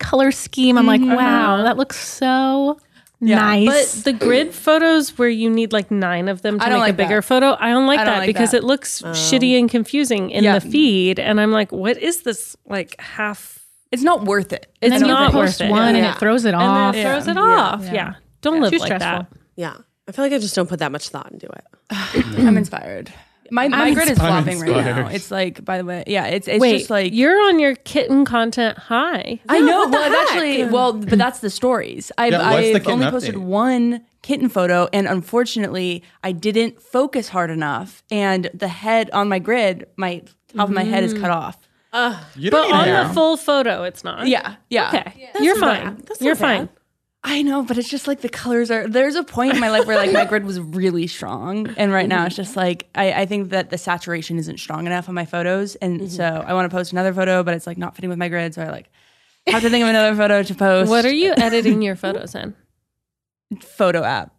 Speaker 5: color scheme. I'm like, wow, that looks so
Speaker 6: Mm-hmm. Uh-huh. But
Speaker 5: nice.
Speaker 6: the grid photos where you need like nine of them to
Speaker 4: I
Speaker 6: make
Speaker 4: don't
Speaker 6: a
Speaker 4: like
Speaker 6: bigger
Speaker 4: that.
Speaker 6: photo, I don't like
Speaker 4: I don't
Speaker 6: that
Speaker 4: like
Speaker 6: because
Speaker 4: that. Oh.
Speaker 6: it looks shitty and confusing in
Speaker 4: Yeah.
Speaker 6: the feed. And I'm like, what is this like half?
Speaker 4: It's not worth it.
Speaker 6: It's
Speaker 5: and then
Speaker 6: not
Speaker 5: you post
Speaker 6: worth it.
Speaker 5: one and
Speaker 2: Yeah.
Speaker 5: it throws it
Speaker 6: And
Speaker 5: off.
Speaker 6: then it throws it off. Yeah. Don't live
Speaker 5: Too
Speaker 6: like
Speaker 5: stressful.
Speaker 6: that.
Speaker 2: Yeah. I feel like I just don't put that much thought into it.
Speaker 4: I'm inspired. My, my grid is
Speaker 3: inspired.
Speaker 4: flopping right now.
Speaker 3: Inspired.
Speaker 4: It's like, by the way, yeah, it's it's
Speaker 6: Wait,
Speaker 4: just like
Speaker 6: you're on your kitten content high.
Speaker 4: I know. Well, it's actually, well, but that's the stories. I've,
Speaker 3: Yeah, what's the
Speaker 4: I've
Speaker 3: kitten
Speaker 4: only posted
Speaker 3: update?
Speaker 4: one kitten photo, and unfortunately, I didn't focus hard enough, and the head on my grid, my top of my head is cut off.
Speaker 3: You
Speaker 6: But
Speaker 3: don't
Speaker 6: on
Speaker 3: even
Speaker 6: the
Speaker 3: know.
Speaker 6: full photo, it's not.
Speaker 4: Yeah, yeah.
Speaker 6: Okay. You're fine. You're fine.
Speaker 4: I know, but it's just like the colors are. There's a point in my life where like my grid was really strong, and right now it's just like I, I think that the saturation isn't strong enough on my photos, and
Speaker 6: Mm-hmm.
Speaker 4: so I want to post another photo, but it's like not fitting with my grid, so I like have to think of another photo to post.
Speaker 6: What are you editing your photos in?
Speaker 4: photo app?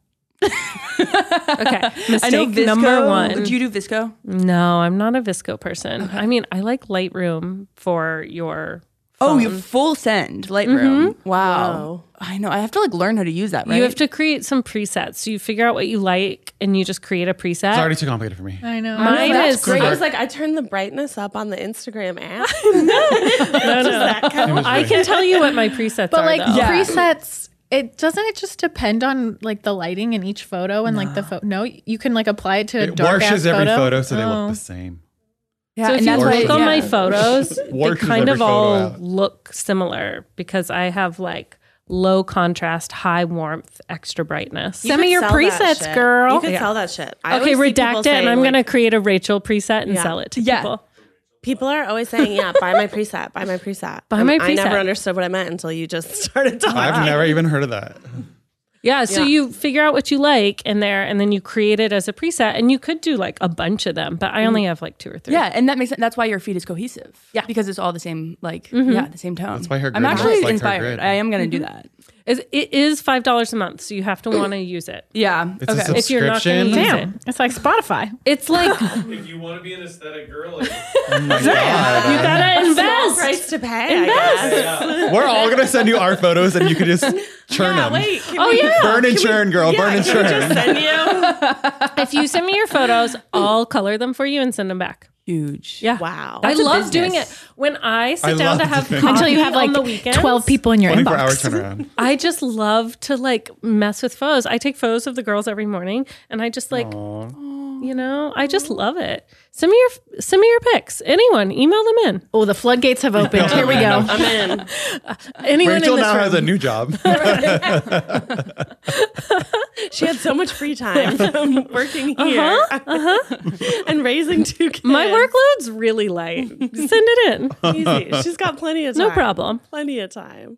Speaker 6: Okay.
Speaker 4: I know
Speaker 6: Mistake
Speaker 4: Visco.
Speaker 6: number one.
Speaker 4: Do you do Visco?
Speaker 6: No, I'm not a Visco person. I mean, I like Lightroom for your.
Speaker 4: Oh, you have full send Lightroom. Wow. I know. I have to like learn how to use that. Right?
Speaker 6: Mm-hmm. You have to create some presets. So you figure out what you like and you just create a preset.
Speaker 3: It's already too complicated for me.
Speaker 5: I know.
Speaker 6: Mine is
Speaker 2: Great. I was
Speaker 6: great.
Speaker 2: like, I turned the brightness up on the Instagram app.
Speaker 6: No, no.
Speaker 3: It was
Speaker 6: I
Speaker 3: really-
Speaker 6: can tell you what my presets
Speaker 5: but
Speaker 6: are.
Speaker 5: like
Speaker 6: though.
Speaker 4: Yeah.
Speaker 5: presets, it doesn't it just depend on like the lighting in each photo and like the photo. No, you can like apply it to a
Speaker 3: It
Speaker 5: dark ass
Speaker 3: washes
Speaker 5: photo.
Speaker 3: every photo so they
Speaker 5: Oh.
Speaker 3: look the same.
Speaker 4: Yeah,
Speaker 6: So if
Speaker 4: and
Speaker 6: you
Speaker 4: that's why-
Speaker 6: look on
Speaker 4: yeah.
Speaker 6: my photos, they
Speaker 3: Washes
Speaker 6: kind
Speaker 3: every
Speaker 6: of
Speaker 3: photo
Speaker 6: all
Speaker 3: out.
Speaker 6: look similar because I have like low contrast, high warmth, extra brightness.
Speaker 2: You
Speaker 5: Send me
Speaker 2: could
Speaker 5: your
Speaker 2: sell that
Speaker 5: presets,
Speaker 2: shit.
Speaker 5: girl.
Speaker 2: You could
Speaker 5: Yeah.
Speaker 2: sell that shit. I
Speaker 6: Okay,
Speaker 2: always see people
Speaker 6: redact it,
Speaker 2: saying,
Speaker 6: and I'm
Speaker 2: like,
Speaker 6: gonna create a Rachel preset and
Speaker 2: Yeah.
Speaker 6: sell it to
Speaker 4: Yeah.
Speaker 6: people.
Speaker 2: People are always saying, "Yeah, buy my preset, buy my preset,
Speaker 6: Buy
Speaker 2: And
Speaker 6: my
Speaker 2: I never
Speaker 6: preset.
Speaker 2: understood what I meant until you just started talking.
Speaker 3: I've never even heard of that.
Speaker 6: Yeah, so
Speaker 2: Yeah.
Speaker 6: you figure out what you like in there, and then you create it as a preset, and you could do like a bunch of them, but I
Speaker 2: Mm.
Speaker 6: only have like two or three.
Speaker 4: Yeah, and that makes that's why your feed is cohesive. Yeah, because it's all the same, like yeah, the same tone. That's
Speaker 3: Mm-hmm. why her
Speaker 4: I'm
Speaker 3: grid looks
Speaker 4: actually
Speaker 3: like her
Speaker 4: inspired.
Speaker 3: grid. Mm-hmm.
Speaker 4: I am gonna do that.
Speaker 6: It's- It is five dollars a month, so you have to want to use it.
Speaker 4: Yeah.
Speaker 3: It's
Speaker 4: okay.
Speaker 3: a
Speaker 6: If you're not gonna
Speaker 3: subscription.
Speaker 6: use it.
Speaker 5: Damn, it's like Spotify.
Speaker 6: It's like
Speaker 7: if you want to be an aesthetic girl, like,
Speaker 3: Oh my God.
Speaker 6: you gotta invest.
Speaker 2: price to pay. Invest.
Speaker 3: We're all going to send you our photos and you can just churn them.
Speaker 2: Wait, can
Speaker 6: Oh
Speaker 2: we
Speaker 6: yeah.
Speaker 3: Burn and churn, girl. Burn and churn.
Speaker 2: send you?
Speaker 6: if you send me your photos, I'll color them for you and send them back.
Speaker 4: huge.
Speaker 6: Yeah.
Speaker 2: Wow.
Speaker 6: I
Speaker 4: a
Speaker 6: love doing it.
Speaker 4: business.
Speaker 6: When I
Speaker 3: I
Speaker 6: sit down to
Speaker 3: love
Speaker 6: have
Speaker 3: doing it.
Speaker 6: coffee
Speaker 5: until you have like
Speaker 6: on the weekends,
Speaker 5: 12 people in your
Speaker 3: 24 hour
Speaker 5: inbox.
Speaker 3: turnaround.
Speaker 6: I just love to like mess with photos. I take photos of the girls every morning and I just like you know, I just love it. Send me your send me your pics. Anyone, email them in.
Speaker 5: Oh, the floodgates have opened. Here we go.
Speaker 2: I'm in.
Speaker 6: Anyone
Speaker 3: Rachel
Speaker 6: in this
Speaker 3: now
Speaker 6: room.
Speaker 3: has a new job.
Speaker 2: She had so much free time from working here and raising two kids.
Speaker 6: Uh-huh, My workload's really light. Send it in.
Speaker 2: easy. She's got plenty of time.
Speaker 6: No problem.
Speaker 2: Plenty of time.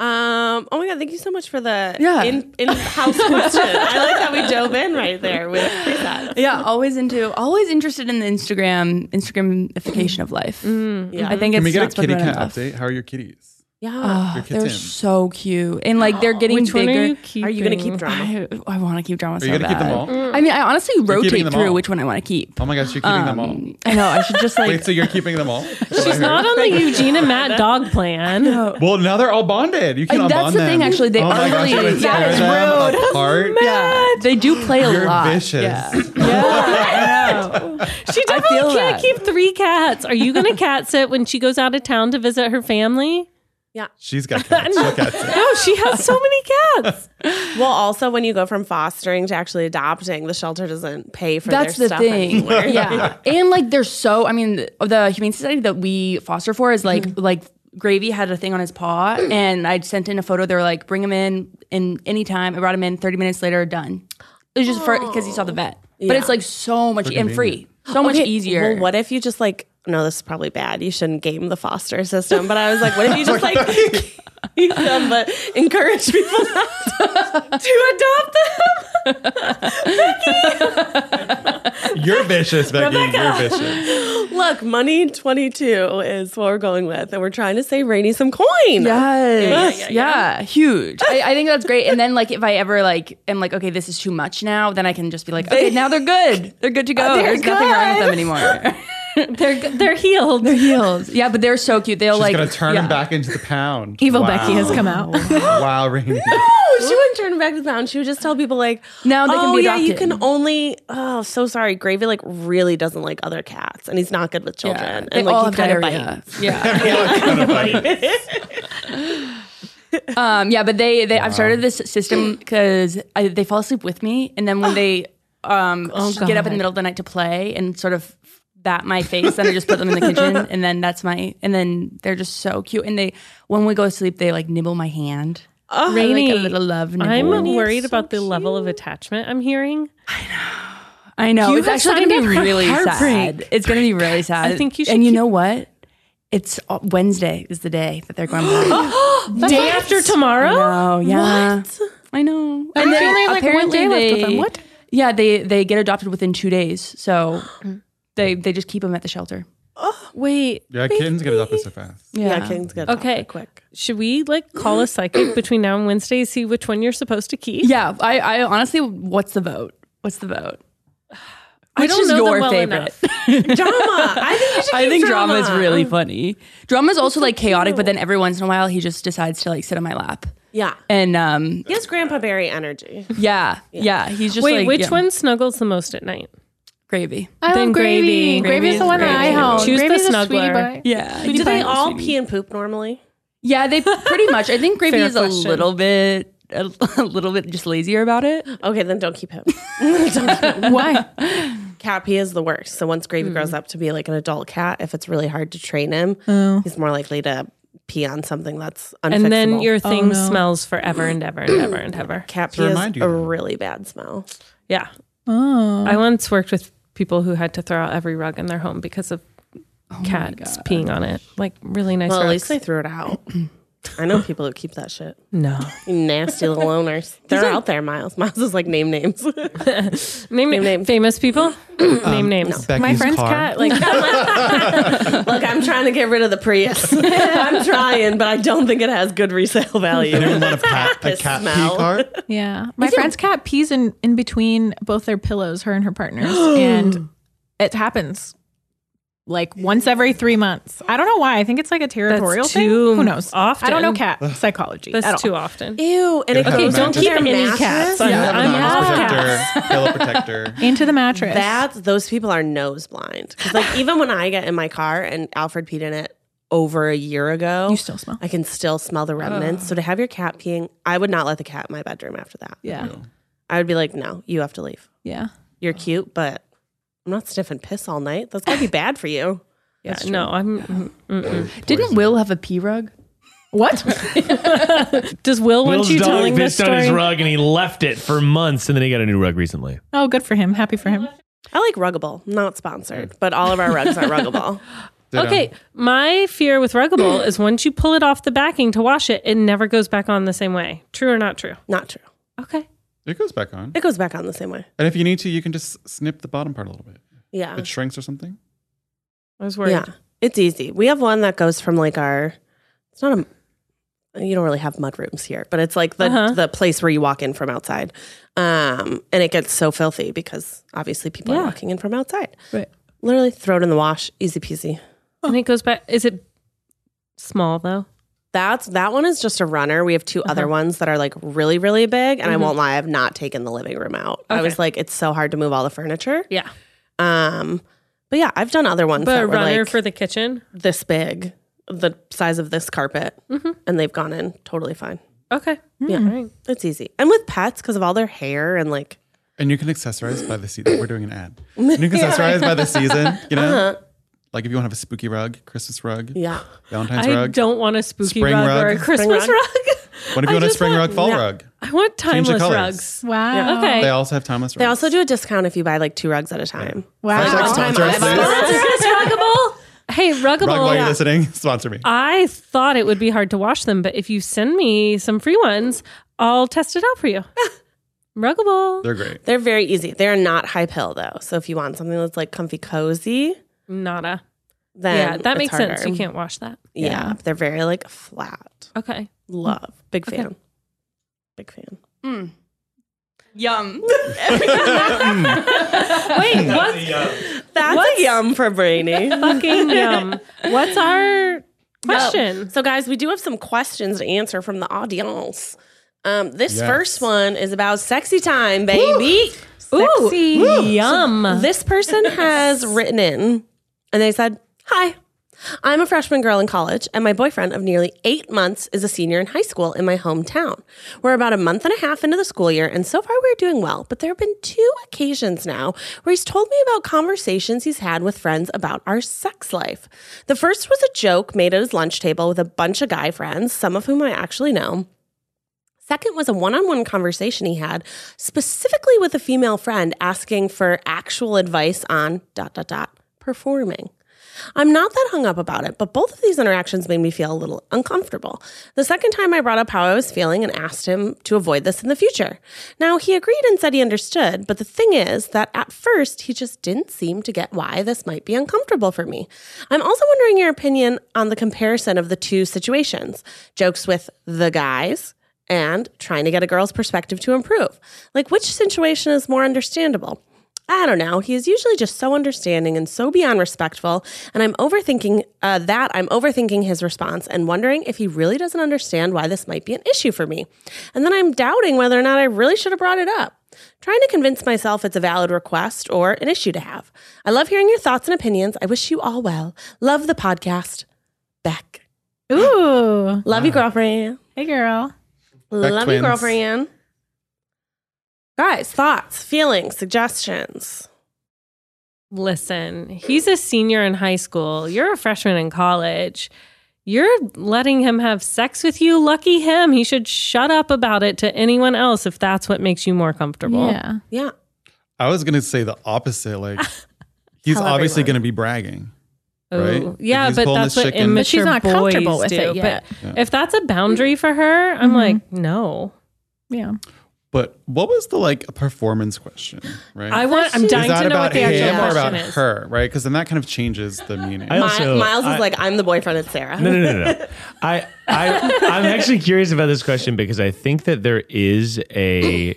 Speaker 2: Um. Oh my God! Thank you so much for the
Speaker 4: Yeah.
Speaker 2: in in house question. I like how we dove in right there with that.
Speaker 4: Yeah, always into always interested in the Instagram Instagramification of life.
Speaker 2: Yeah.
Speaker 4: I
Speaker 3: Mm-hmm.
Speaker 4: think
Speaker 3: Can
Speaker 4: it's
Speaker 3: we get
Speaker 4: not
Speaker 3: a kitty
Speaker 4: spoken about
Speaker 3: cat
Speaker 4: enough.
Speaker 3: update? How are your kitties?
Speaker 2: Yeah.
Speaker 4: Oh,
Speaker 3: Your kit's
Speaker 4: they're
Speaker 3: in.
Speaker 4: so cute, and like they're getting
Speaker 6: Which
Speaker 4: bigger.
Speaker 6: one are you keeping?
Speaker 2: Are you gonna keep drama?
Speaker 4: I, I want to keep drama. so
Speaker 3: you gonna keep them
Speaker 4: bad.
Speaker 3: all? Mm.
Speaker 4: I mean, I honestly rotate
Speaker 3: them
Speaker 4: through
Speaker 3: all.
Speaker 4: which one I want to keep. Um,
Speaker 3: Oh my gosh, you're keeping them all.
Speaker 4: I know I should just like.
Speaker 3: Wait, so you're keeping them all?
Speaker 6: She's not on the Eugene and Matt dog plan.
Speaker 3: Well, now they're all bonded. You can
Speaker 4: And
Speaker 3: unbond
Speaker 4: that's the
Speaker 3: them.
Speaker 4: thing, actually, they
Speaker 3: oh my
Speaker 4: are
Speaker 3: gosh, you
Speaker 4: really-
Speaker 3: would
Speaker 4: that
Speaker 3: tear
Speaker 4: is
Speaker 3: them apart.
Speaker 4: yeah, they do play a
Speaker 3: You're
Speaker 4: lot.
Speaker 3: vicious.
Speaker 4: Yeah, yeah I know.
Speaker 6: She
Speaker 4: I
Speaker 6: definitely
Speaker 4: feel
Speaker 6: can't
Speaker 4: that.
Speaker 6: keep three cats. Are you going to cat sit when she goes out of town to visit her family?
Speaker 3: She's got cats. She'll cats.
Speaker 6: No, she has so many cats.
Speaker 2: Well, also when you go from fostering to actually adopting, the shelter doesn't pay for
Speaker 4: That's
Speaker 2: their
Speaker 4: the
Speaker 2: stuff
Speaker 4: thing.
Speaker 2: anymore.
Speaker 4: yeah, and like they're so. I mean, the, the humane society that we foster for is like
Speaker 2: Mm-hmm.
Speaker 4: like Gravy had a thing on his paw, and I sent in a photo. They were like, "Bring him in in any time." I brought him in. Thirty minutes later, done. It was just for
Speaker 2: Oh.
Speaker 4: because he saw the vet, but it's like so much e, and free, so much
Speaker 2: Okay,
Speaker 4: easier.
Speaker 2: Well, what if you just like? No, this is probably bad. You shouldn't game the foster system. But I was like, what if you just like keep them, but encourage people not to, to adopt them?
Speaker 3: You're vicious, Becky. You're vicious.
Speaker 2: Look, money 22 is what we're going with, and we're trying to save Rainy some coin.
Speaker 4: Yes. Yeah, huge. I, I think that's great. And then like if I ever like am like, okay, this is too much now, then I can just be like, okay, now they're good. They're good to go. There's nothing wrong with them anymore.
Speaker 6: They're g- they're healed.
Speaker 4: they're heels. Yeah, but they're so cute. They'll
Speaker 3: She's
Speaker 4: like
Speaker 3: gonna turn
Speaker 4: yeah.
Speaker 3: him back into the pound.
Speaker 5: Evil
Speaker 3: Wow.
Speaker 5: Becky has come out.
Speaker 3: Wow, Rainy.
Speaker 2: No, she wouldn't turn back to the pound. She would just tell people like,
Speaker 4: Now they can
Speaker 2: "Oh,
Speaker 4: be
Speaker 2: yeah, you
Speaker 4: adopted."
Speaker 2: can only." Oh, so sorry, Gravy like really doesn't like other cats, and he's not good with children,
Speaker 4: Yeah, they
Speaker 2: and like
Speaker 4: all
Speaker 2: he
Speaker 4: have
Speaker 2: kinda
Speaker 4: diarrhea.
Speaker 2: bites.
Speaker 4: Yeah,
Speaker 3: Everyone's
Speaker 4: um, yeah, but they, they I've started this system because they fall asleep with me, and then when they um, s- get up in the middle of the night to play and sort of bat my face, then I just put them in the kitchen, and then that's my, and then they're just so cute, and they when we go to sleep, they like nibble my hand.
Speaker 2: Oh,
Speaker 4: They like a
Speaker 6: Rainy,
Speaker 4: little love nibble.
Speaker 6: I'm worried about the level of attachment I'm hearing.
Speaker 4: I know.
Speaker 6: You
Speaker 4: it's
Speaker 6: have
Speaker 4: actually
Speaker 6: signed
Speaker 4: going to
Speaker 6: up
Speaker 4: be
Speaker 6: for
Speaker 4: really
Speaker 6: heartbreak.
Speaker 4: sad. It's going to be really sad.
Speaker 6: I think you should
Speaker 4: And you
Speaker 6: keep-
Speaker 4: know what? It's uh, Wednesday is the day that they're going blind.
Speaker 6: Day after tomorrow?
Speaker 4: oh, yeah. I know.
Speaker 5: I think you only have, like, one day left with them. What?
Speaker 4: Yeah, they they get adopted within 2 days. So they they just keep them at the shelter.
Speaker 6: Oh, Wait.
Speaker 3: yeah, kittens get adopted so fast.
Speaker 4: Yeah.
Speaker 2: yeah, King's good.
Speaker 6: Okay. Quick. Should we like call a psychic between now and Wednesday, see which one you're supposed to keep?
Speaker 4: Yeah, I I honestly what's the vote? What's the vote?
Speaker 6: I
Speaker 4: Which
Speaker 6: don't
Speaker 4: is
Speaker 6: know them
Speaker 4: your
Speaker 6: well
Speaker 4: favorite?
Speaker 6: enough.
Speaker 2: drama. I think you should.
Speaker 4: I
Speaker 2: keep
Speaker 4: think drama is really funny. Drama is also like chaotic, but then every once in a while he just decides to like sit on my lap.
Speaker 2: Yeah,
Speaker 4: And um
Speaker 2: he has Grandpa Barry energy.
Speaker 4: yeah, yeah, he's just
Speaker 6: Wait,
Speaker 4: like
Speaker 6: which
Speaker 4: yeah.
Speaker 6: one snuggles the most at night?
Speaker 4: gravy.
Speaker 5: I
Speaker 6: Then
Speaker 5: love
Speaker 6: gravy.
Speaker 5: gravy. Gravy's the one that I
Speaker 4: Gravy.
Speaker 5: hold.
Speaker 6: Choose the
Speaker 5: Gravy's a sweetie
Speaker 6: snuggler.
Speaker 5: pie.
Speaker 4: Yeah.
Speaker 2: Do they all pee and poop normally?
Speaker 4: Yeah, they pretty much. I think gravy
Speaker 6: Fair
Speaker 4: is a
Speaker 6: question.
Speaker 4: little bit, a, a little bit just lazier about it.
Speaker 2: Okay, then don't keep him. Don't keep him.
Speaker 5: Why?
Speaker 2: cat pee is the worst. So once Gravy grows up to be like an adult cat, if it's really hard to train him, he's more likely to pee on something that's unfixable.
Speaker 6: And then your thing
Speaker 5: no.
Speaker 6: smells forever and ever and ever and ever.
Speaker 2: cat
Speaker 3: So
Speaker 2: pee
Speaker 3: remind
Speaker 2: is
Speaker 3: you
Speaker 2: a
Speaker 3: then.
Speaker 2: really bad smell.
Speaker 6: Yeah.
Speaker 5: Oh.
Speaker 6: I once worked with people who had to throw out every rug in their home because of Oh cats peeing on it. Like really nice
Speaker 2: Well, at least
Speaker 6: rugs.
Speaker 2: they threw it out. I know people who keep that shit.
Speaker 6: no.
Speaker 2: You nasty little owners. They're out there, Miles. Miles is like name names.
Speaker 6: Name, name, Famous people?
Speaker 3: Um,
Speaker 6: name names.
Speaker 3: Becky's
Speaker 5: My friend's
Speaker 3: car.
Speaker 5: cat, like,
Speaker 2: Look, I'm trying to get rid of the Prius. I'm trying, but I don't think it has good resale value.
Speaker 3: Anyone want a cat, a
Speaker 2: Piss
Speaker 3: cat
Speaker 2: smell.
Speaker 3: pee car?
Speaker 5: yeah. My friend's cat pees in, in between both their pillows, her and her partner's. and it happens like once every three months. I don't know why. I think it's like a territorial thing.
Speaker 6: too
Speaker 5: Who knows? I don't know
Speaker 6: often.
Speaker 5: cat psychology. at all.
Speaker 6: That's too often.
Speaker 2: Ew. And it
Speaker 3: Okay,
Speaker 2: goes
Speaker 3: don't
Speaker 2: into
Speaker 3: keep
Speaker 2: their
Speaker 6: any
Speaker 2: mattress.
Speaker 6: cats.
Speaker 3: You
Speaker 6: I'm-
Speaker 3: have a
Speaker 6: I'm
Speaker 3: nose
Speaker 6: half
Speaker 3: protector, pillow protector.
Speaker 5: into the mattress.
Speaker 2: That's those people are nose blind. 'Cause, like even when I get in my car and Alfred peed in it over a year ago,
Speaker 5: you still smell.
Speaker 2: I can still smell the remnants. So to have your cat peeing, I would not let the cat in my bedroom after that.
Speaker 5: Yeah.
Speaker 2: I would be like, no, you have to leave.
Speaker 5: Yeah.
Speaker 6: Oh.
Speaker 2: You're cute, but I'm not sniffing piss all night. That's gonna be bad for you.
Speaker 6: Yeah, no, I'm. mm, mm-mm.
Speaker 4: Didn't Will have a pee rug?
Speaker 5: What?
Speaker 6: Does Will want
Speaker 8: Will's
Speaker 6: you
Speaker 8: dog
Speaker 6: telling this
Speaker 8: pissed on
Speaker 6: story?
Speaker 8: his rug and he left it for months and then he got a new rug recently.
Speaker 5: oh, good for him. Happy for him.
Speaker 2: I like Ruggable, not
Speaker 6: Mm.
Speaker 2: sponsored, but all of our rugs are Ruggable.
Speaker 3: Ditto.
Speaker 6: Okay, my fear with Ruggable is once you pull it off the backing to wash it, it never goes back on the same way. True or not true?
Speaker 2: Not true.
Speaker 6: Okay.
Speaker 3: It goes back on.
Speaker 2: It goes back on the same way.
Speaker 3: And if you need to, you can just snip the bottom part a little bit.
Speaker 2: Yeah.
Speaker 6: Oh.
Speaker 3: It shrinks or something.
Speaker 6: I was worried.
Speaker 2: Yeah, it's easy. We have one that goes from like our. It's not a. You don't really have mud rooms here, but it's like the
Speaker 6: Uh-huh.
Speaker 2: the place where you walk in from outside, um, and it gets so filthy because obviously people are
Speaker 6: Yeah.
Speaker 2: walking in from outside.
Speaker 5: Right.
Speaker 2: Literally throw it in the wash, easy peasy.
Speaker 6: And it goes back. Is it small though?
Speaker 2: That's that one is just a runner. We have
Speaker 6: Uh-huh.
Speaker 2: 2 other ones that are like really really big, and I won't lie, I've not taken the living room out. I
Speaker 6: Mm-hmm. Okay.
Speaker 2: was like, it's so hard to move all the furniture.
Speaker 6: Yeah.
Speaker 2: Um, but yeah, I've done other ones.
Speaker 6: But a
Speaker 2: that were
Speaker 6: runner
Speaker 2: like,
Speaker 6: for the kitchen.
Speaker 2: this big, the size of this carpet,
Speaker 6: Mm-hmm.
Speaker 2: and they've gone in totally fine.
Speaker 6: Okay.
Speaker 2: Yeah.
Speaker 6: All right.
Speaker 2: It's easy. And with pets, because of all their hair and like,
Speaker 3: And you can accessorize by the season. We're doing an ad. And you can accessorize by the season, you know?
Speaker 6: Uh-huh.
Speaker 3: Like if you want to have a spooky rug, Christmas rug,
Speaker 2: yeah.
Speaker 3: Valentine's
Speaker 6: I
Speaker 3: rug.
Speaker 6: don't want a spooky
Speaker 3: Spring
Speaker 6: rug,
Speaker 3: rug.
Speaker 6: or a
Speaker 2: rug.
Speaker 6: Christmas rug.
Speaker 3: What if
Speaker 6: I
Speaker 3: you want a
Speaker 6: just
Speaker 3: spring
Speaker 6: want-
Speaker 3: rug, fall
Speaker 2: yeah.
Speaker 3: rug?
Speaker 6: I want
Speaker 3: Change the
Speaker 6: timeless
Speaker 3: colors.
Speaker 6: rugs.
Speaker 5: Wow.
Speaker 6: Okay.
Speaker 3: They also have timeless rugs.
Speaker 2: They also do a discount if you buy like two rugs at a time.
Speaker 5: Wow.
Speaker 2: First
Speaker 5: Hashtag
Speaker 2: time
Speaker 3: sponsor
Speaker 2: I
Speaker 3: us,
Speaker 2: bought
Speaker 3: please.
Speaker 2: a rug.
Speaker 6: Is Ruggable? Hey,
Speaker 3: Rug while
Speaker 6: Ruggable.
Speaker 3: you're listening, sponsor me.
Speaker 6: I thought it would be hard to wash them, but if you send me some free ones, I'll test it out for you. Ruggable.
Speaker 3: They're great.
Speaker 2: They're very easy. They're not high pill though. So if you want something that's like comfy cozy,
Speaker 6: Nada.
Speaker 2: then
Speaker 6: yeah, that
Speaker 2: it's
Speaker 6: makes sense.
Speaker 2: harder.
Speaker 6: You can't wash that.
Speaker 2: Yeah. They're very like flat.
Speaker 6: Okay.
Speaker 2: Love. Big
Speaker 6: Okay.
Speaker 2: fan. Big fan.
Speaker 4: Yum.
Speaker 6: Wait, what's
Speaker 2: That's a yum for Brainy.
Speaker 6: fucking yum? What's our question?
Speaker 2: So, guys, we do have some questions to answer from the audience. Um, this
Speaker 3: Yes.
Speaker 2: first one is about sexy time, baby.
Speaker 6: Sexy yum.
Speaker 2: This person has written in and they said, Hi, I'm a freshman girl in college, and my boyfriend of nearly eight months is a senior in high school in my hometown. We're about a month and a half into the school year, and so far we're doing well, but there have been two occasions now where he's told me about conversations he's had with friends about our sex life. The first was a joke made at his lunch table with a bunch of guy friends, some of whom I actually know. Second was a one on one conversation he had specifically with a female friend asking for actual advice on dot, dot, dot, performing. I'm not that hung up about it, but both of these interactions made me feel a little uncomfortable. The second time I brought up how I was feeling and asked him to avoid this in the future. Now, he agreed and said he understood, but the thing is that at first he just didn't seem to get why this might be uncomfortable for me. I'm also wondering your opinion on the comparison of the two situations jokes with the guys and trying to get a girl's perspective to improve. Like, which situation is more understandable? I don't know. He is usually just so understanding and so beyond respectful. And I'm overthinking uh, that. I'm overthinking his response and wondering if he really doesn't understand why this might be an issue for me. And then I'm doubting whether or not I really should have brought it up. Trying to convince myself it's a valid request or an issue to have. I love hearing your thoughts and opinions. I wish you all well. Love the podcast. Beck.
Speaker 5: Ooh.
Speaker 2: Love you, girlfriend.
Speaker 5: Hey, girl.
Speaker 3: Beck
Speaker 2: Love
Speaker 3: twins.
Speaker 2: you, girlfriend. Guys, thoughts, feelings, suggestions.
Speaker 6: Listen, he's a senior in high school. You're a freshman in college. You're letting him have sex with you. Lucky him. He should shut up about it to anyone else if that's what makes you more comfortable.
Speaker 5: Yeah.
Speaker 2: Yeah.
Speaker 3: I was going to say the opposite. Like, he's
Speaker 2: Tell
Speaker 3: obviously
Speaker 2: everyone.
Speaker 3: going to be bragging.
Speaker 6: Oh,
Speaker 3: Right?
Speaker 6: Yeah,
Speaker 3: He's
Speaker 6: but
Speaker 3: holding
Speaker 6: that's
Speaker 3: his
Speaker 6: what
Speaker 3: chicken.
Speaker 6: immature
Speaker 3: But
Speaker 5: she's not
Speaker 6: boys
Speaker 5: comfortable with
Speaker 6: do.
Speaker 5: it yet.
Speaker 6: But if that's a boundary for her, I'm like, no.
Speaker 5: Yeah.
Speaker 3: But what was the like performance question, right?
Speaker 6: I want. I'm
Speaker 2: Is
Speaker 3: is
Speaker 6: dying
Speaker 3: that
Speaker 6: to know
Speaker 3: about
Speaker 6: what the actual
Speaker 3: him or
Speaker 6: question
Speaker 3: about
Speaker 6: is.
Speaker 3: her, right? Because then that kind of changes the meaning.
Speaker 8: I also,
Speaker 2: Miles is
Speaker 8: I-
Speaker 2: like, I'm the boyfriend of Sarah.
Speaker 8: No, no, no, no, no. I, I, I'm actually curious about this question because I think that there is a,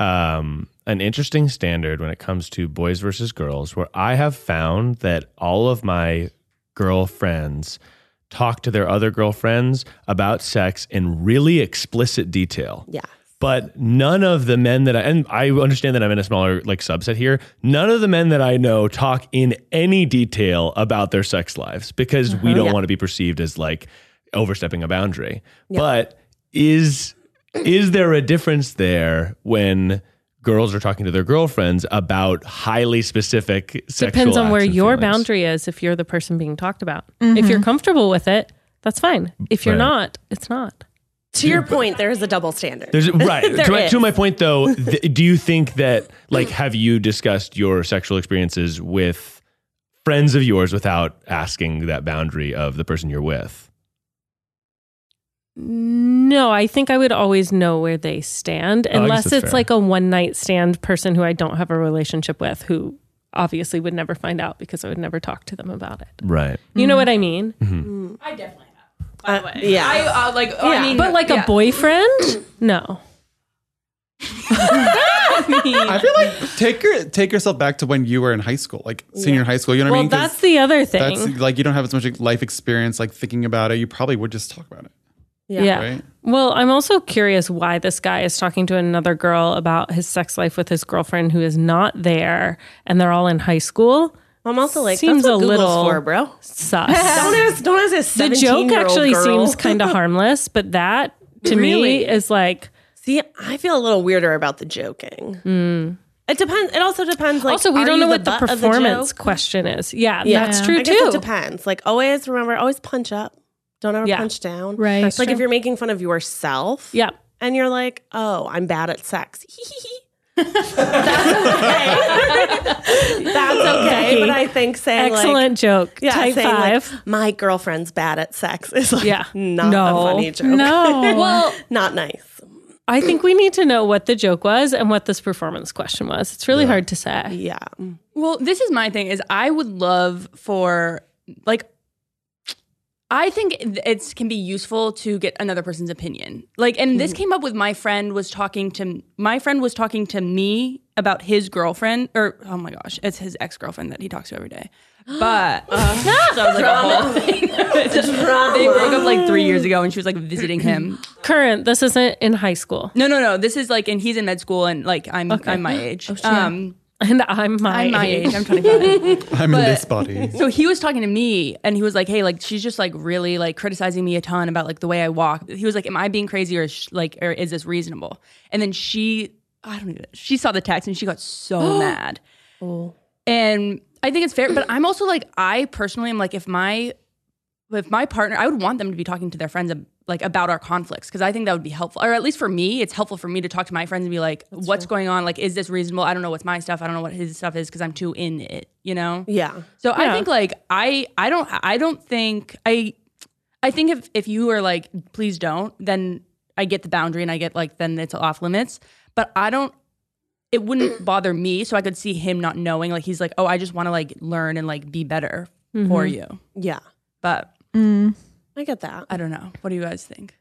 Speaker 8: um, an interesting standard when it comes to boys versus girls where I have found that all of my girlfriends talk to their other girlfriends about sex in really explicit detail.
Speaker 2: Yeah.
Speaker 8: But none of the men that I and I understand that I'm in a smaller like subset here. None of the men that I know talk in any detail about their sex lives because
Speaker 6: Uh-huh.
Speaker 8: we don't want to be perceived as like overstepping a boundary. But is is there a difference there when girls are talking to their girlfriends about highly specific sexual
Speaker 6: Depends on
Speaker 8: acts
Speaker 6: where
Speaker 8: and
Speaker 6: your
Speaker 8: feelings?
Speaker 6: boundary is if you're the person being talked about. If you're comfortable with it, that's fine. If you're
Speaker 8: Right.
Speaker 6: not, it's not.
Speaker 2: To your point, there is a double standard.
Speaker 8: There's right
Speaker 2: There
Speaker 8: to, my,
Speaker 2: is.
Speaker 8: to my point though. Th- do you think that like have you discussed your sexual experiences with friends of yours without asking that boundary of the person you're with?
Speaker 6: No, I think I would always know where they stand
Speaker 8: Oh, guess
Speaker 6: unless
Speaker 8: that's
Speaker 6: it's
Speaker 8: fair.
Speaker 6: like a one night stand person who I don't have a relationship with who obviously would never find out because I would never talk to them about it.
Speaker 8: Right.
Speaker 6: You know what I mean?
Speaker 4: I definitely have.
Speaker 2: Uh, yeah.
Speaker 4: I, uh, like, oh, I mean,
Speaker 6: but like
Speaker 4: yeah.
Speaker 6: a boyfriend? no.
Speaker 3: I feel like take your take yourself back to when you were in high school, like senior in high school. You know what
Speaker 6: Well,
Speaker 3: I mean? 'Cause
Speaker 6: that's the other thing.
Speaker 3: that's like you don't have as much life experience, like thinking about it. You probably would just talk about it.
Speaker 6: yeah.
Speaker 3: right?
Speaker 6: Well, I'm also curious why this guy is talking to another girl about his sex life with his girlfriend who is not there and they're all in high school.
Speaker 2: I'm also like,
Speaker 6: Seems
Speaker 2: that's what
Speaker 6: a
Speaker 2: Google's
Speaker 6: little-
Speaker 2: for, bro.
Speaker 6: Sus.
Speaker 2: Don't ask, don't ask a
Speaker 6: the joke
Speaker 2: 17-year-old
Speaker 6: actually
Speaker 2: girl.
Speaker 6: seems kind of harmless, but that to me
Speaker 2: Really?
Speaker 6: is like
Speaker 2: See, I feel a little weirder about the joking. It depends. It also depends. Like,
Speaker 6: also we
Speaker 2: are
Speaker 6: don't
Speaker 2: you
Speaker 6: know what the,
Speaker 2: butt of
Speaker 6: performance
Speaker 2: joke?
Speaker 6: question is. Yeah,
Speaker 2: Yeah.
Speaker 6: that's true
Speaker 2: I guess
Speaker 6: too.
Speaker 2: it depends. Like always, remember always punch up. Don't ever
Speaker 6: Yeah.
Speaker 2: punch down.
Speaker 5: Right.
Speaker 2: Like
Speaker 5: That's
Speaker 2: if you're making fun of yourself.
Speaker 6: Yeah.
Speaker 2: And you're like, oh, I'm bad at sex. That's okay. That's okay. But I think saying like-
Speaker 6: Excellent joke.
Speaker 2: yeah,
Speaker 6: Type
Speaker 2: saying like,
Speaker 6: five.
Speaker 2: my girlfriend's bad at sex is like
Speaker 6: Yeah.
Speaker 2: not
Speaker 6: No.
Speaker 2: a funny joke.
Speaker 5: No. well,
Speaker 2: Not nice.
Speaker 6: I think we need to know what the joke was and what this performance question was. It's really hard to say.
Speaker 2: Yeah.
Speaker 4: Well, this is my thing is I would love for like I think it it's- can be useful to get another person's opinion. Like and this came up with my friend was talking to my friend was talking to me about his girlfriend or oh my gosh, it's his ex-girlfriend that he talks to every day. But uh, sounds like a whole thing. they broke up like 3 years ago and she was like visiting him.
Speaker 6: Current, this isn't in high school.
Speaker 4: No, no, no. This is like and he's in med school and like I'm I'm my age. um
Speaker 6: And I'm my,
Speaker 4: I'm my age. I'm 25.
Speaker 3: I'm in this body.
Speaker 4: So he was talking to me and he was like, "Hey, like she's just like really like criticizing me a ton about like the way I walk." He was like, "Am I being crazy or is sh- like or is this reasonable?" And then she I don't even she saw the text and she got so mad. And I think it's fair, but I'm also like I personally am like if my if my partner, I would want them to be talking to their friends ab- like about our conflicts because I think that would be helpful, or at least for me, it's helpful for me to talk to my friends and be like, "What's going on? Like, is this reasonable? I don't know what's my stuff. I don't know what his stuff is because I'm too in it." You know?
Speaker 2: Yeah.
Speaker 4: So I think like I I don't I don't think I I think if if you are like please don't then I get the boundary and I get like then it's off limits. But I don't it wouldn't bother me so I could see him not knowing like he's like oh I just want to like learn and like be better for you.
Speaker 2: Mm-hmm. Yeah.
Speaker 4: But
Speaker 2: I get that.
Speaker 4: I don't know. What do you guys think?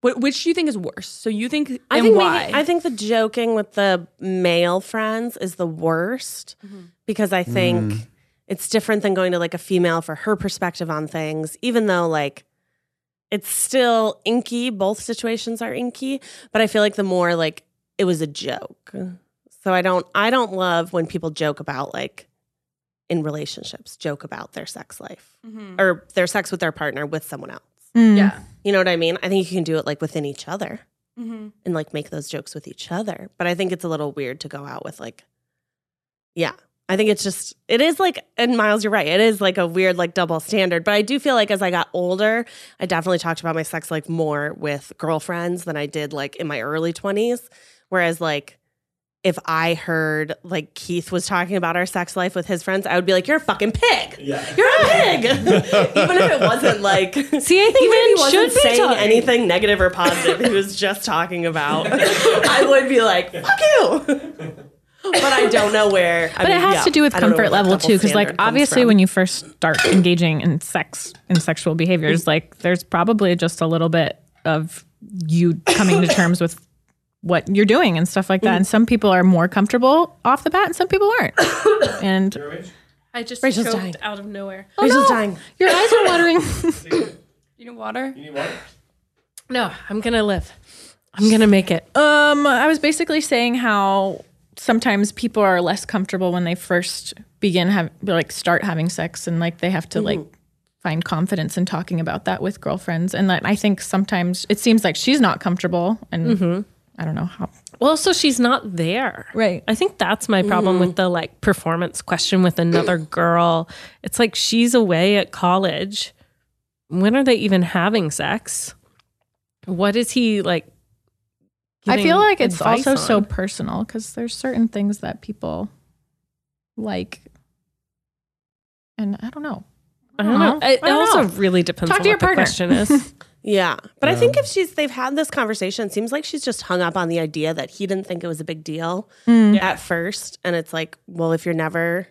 Speaker 4: What which do you think is worse? So you think and
Speaker 2: I think
Speaker 4: why?
Speaker 2: Maybe, I think the joking with the male friends is the worst because I think
Speaker 4: Mm.
Speaker 2: it's different than going to like a female for her perspective on things, even though like it's still inky. Both situations are inky, but I feel like the more like it was a joke. So I don't I don't love when people joke about like in relationships, joke about their sex life or their sex with their partner with someone else.
Speaker 4: yeah.
Speaker 2: You know what I mean? I think you can do it like within each other
Speaker 4: Mm-hmm.
Speaker 2: and like make those jokes with each other. But I think it's a little weird to go out with like, yeah. I think it's just it is like and Miles, you're right. It is like a weird like double standard. But I do feel like as I got older, I definitely talked about my sex life more with girlfriends than I did like in my early twenties. Whereas like if I heard like Keith was talking about our sex life with his friends, I would be like, "You're a fucking pig. You're a pig." Even if it wasn't like, see,
Speaker 6: I think men
Speaker 2: wasn't
Speaker 6: should be
Speaker 2: saying
Speaker 6: talking.
Speaker 2: anything negative or positive. he was just talking about. I would be like, "Fuck you," but I don't know where. I
Speaker 5: but it
Speaker 2: mean,
Speaker 5: has
Speaker 2: yeah,
Speaker 5: to do with
Speaker 2: I don't know
Speaker 5: comfort
Speaker 2: where that
Speaker 5: level
Speaker 2: double
Speaker 5: too, because like
Speaker 2: standard comes
Speaker 5: obviously
Speaker 2: from.
Speaker 5: when you first start engaging in sex and sexual behaviors, like there's probably just a little bit of you coming to terms with what you're doing and stuff like that. And some people are more comfortable off the bat, and some people aren't. and
Speaker 6: I just
Speaker 2: Rachel's
Speaker 6: choked
Speaker 2: dying.
Speaker 6: out of nowhere.
Speaker 2: Rachel's dying.
Speaker 5: your eyes are watering.
Speaker 4: You need water?
Speaker 6: No, I'm gonna live. I'm gonna make it. Oh,
Speaker 5: Um, I was basically saying how sometimes people are less comfortable when they first begin have like start having sex and like they have to like find confidence in talking about that with girlfriends and that I think sometimes it seems like she's not comfortable and I don't know how
Speaker 6: Well, so she's not there.
Speaker 5: Right.
Speaker 6: I think that's my problem with the like performance question with another girl. It's like she's away at college. When are they even having sex? What is he like?
Speaker 5: I feel
Speaker 6: giving
Speaker 5: like it's
Speaker 6: advice
Speaker 5: also so
Speaker 6: on?
Speaker 5: personal because there's certain things that people like and I don't know.
Speaker 6: I
Speaker 5: know.
Speaker 6: don't know. It
Speaker 5: Uh-huh. I don't
Speaker 6: also
Speaker 5: know.
Speaker 6: really depends
Speaker 5: Talk
Speaker 6: on
Speaker 5: to your
Speaker 6: what the
Speaker 5: partner.
Speaker 6: question is.
Speaker 2: Yeah. But I think if she's they've had this conversation, it seems like she's just hung up on the idea that he didn't think it was a big deal at first. And it's like, well, if you're never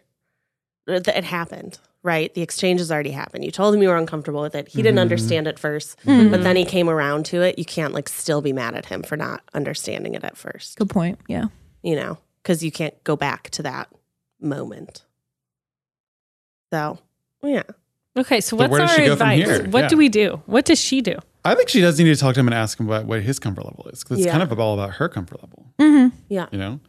Speaker 2: it it happened, right? The exchange has already happened. You told him you were uncomfortable with it. He
Speaker 5: Mm-hmm.
Speaker 2: didn't understand at 1st
Speaker 3: Hmm.
Speaker 2: but
Speaker 6: Mm.
Speaker 2: then he came around to it. You can't like still be mad at him for not understanding it at first.
Speaker 5: Good point. Yeah.
Speaker 2: you know, because you can't go back to that moment. So, yeah.
Speaker 6: Okay, so
Speaker 3: So
Speaker 6: what's
Speaker 3: where does
Speaker 6: our
Speaker 3: she go from
Speaker 6: advice?
Speaker 3: here?
Speaker 6: What
Speaker 3: Yeah.
Speaker 6: do we do? What does she do?
Speaker 3: I think she does need to talk to him and ask him what, what his comfort level is because it's
Speaker 2: Yeah.
Speaker 3: kind of all about her comfort level,
Speaker 5: Mm-hmm.
Speaker 2: Yeah.
Speaker 3: you know? And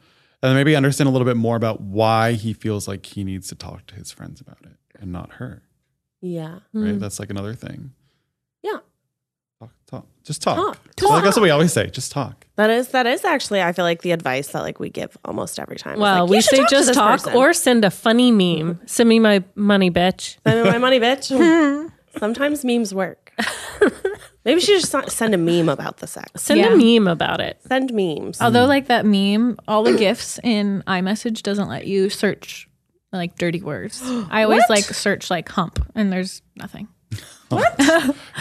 Speaker 3: then maybe understand a little bit more about why he feels like he needs to talk to his friends about it and not her,
Speaker 2: Yeah.
Speaker 3: right? That's like another thing.
Speaker 2: Yeah.
Speaker 3: Talk, talk. Just talk.
Speaker 2: Talk.
Speaker 3: So, like, that's what we always say. Just talk.
Speaker 2: That is that is actually I feel like the advice that like we give almost every time. It's
Speaker 6: Well,
Speaker 2: like,
Speaker 6: we
Speaker 2: you should
Speaker 6: say
Speaker 2: talk to
Speaker 6: just
Speaker 2: this
Speaker 6: talk
Speaker 2: person.
Speaker 6: or send a funny meme. Send me my money, bitch.
Speaker 2: send me my money, bitch. Sometimes memes work. Maybe she should just send a meme about the sex.
Speaker 6: Send
Speaker 5: Yeah.
Speaker 6: a meme about it.
Speaker 2: Send memes.
Speaker 6: Oh,
Speaker 5: Although, like that meme, all the gifs in iMessage doesn't let you search like dirty words. I always like search like hump, and there's nothing.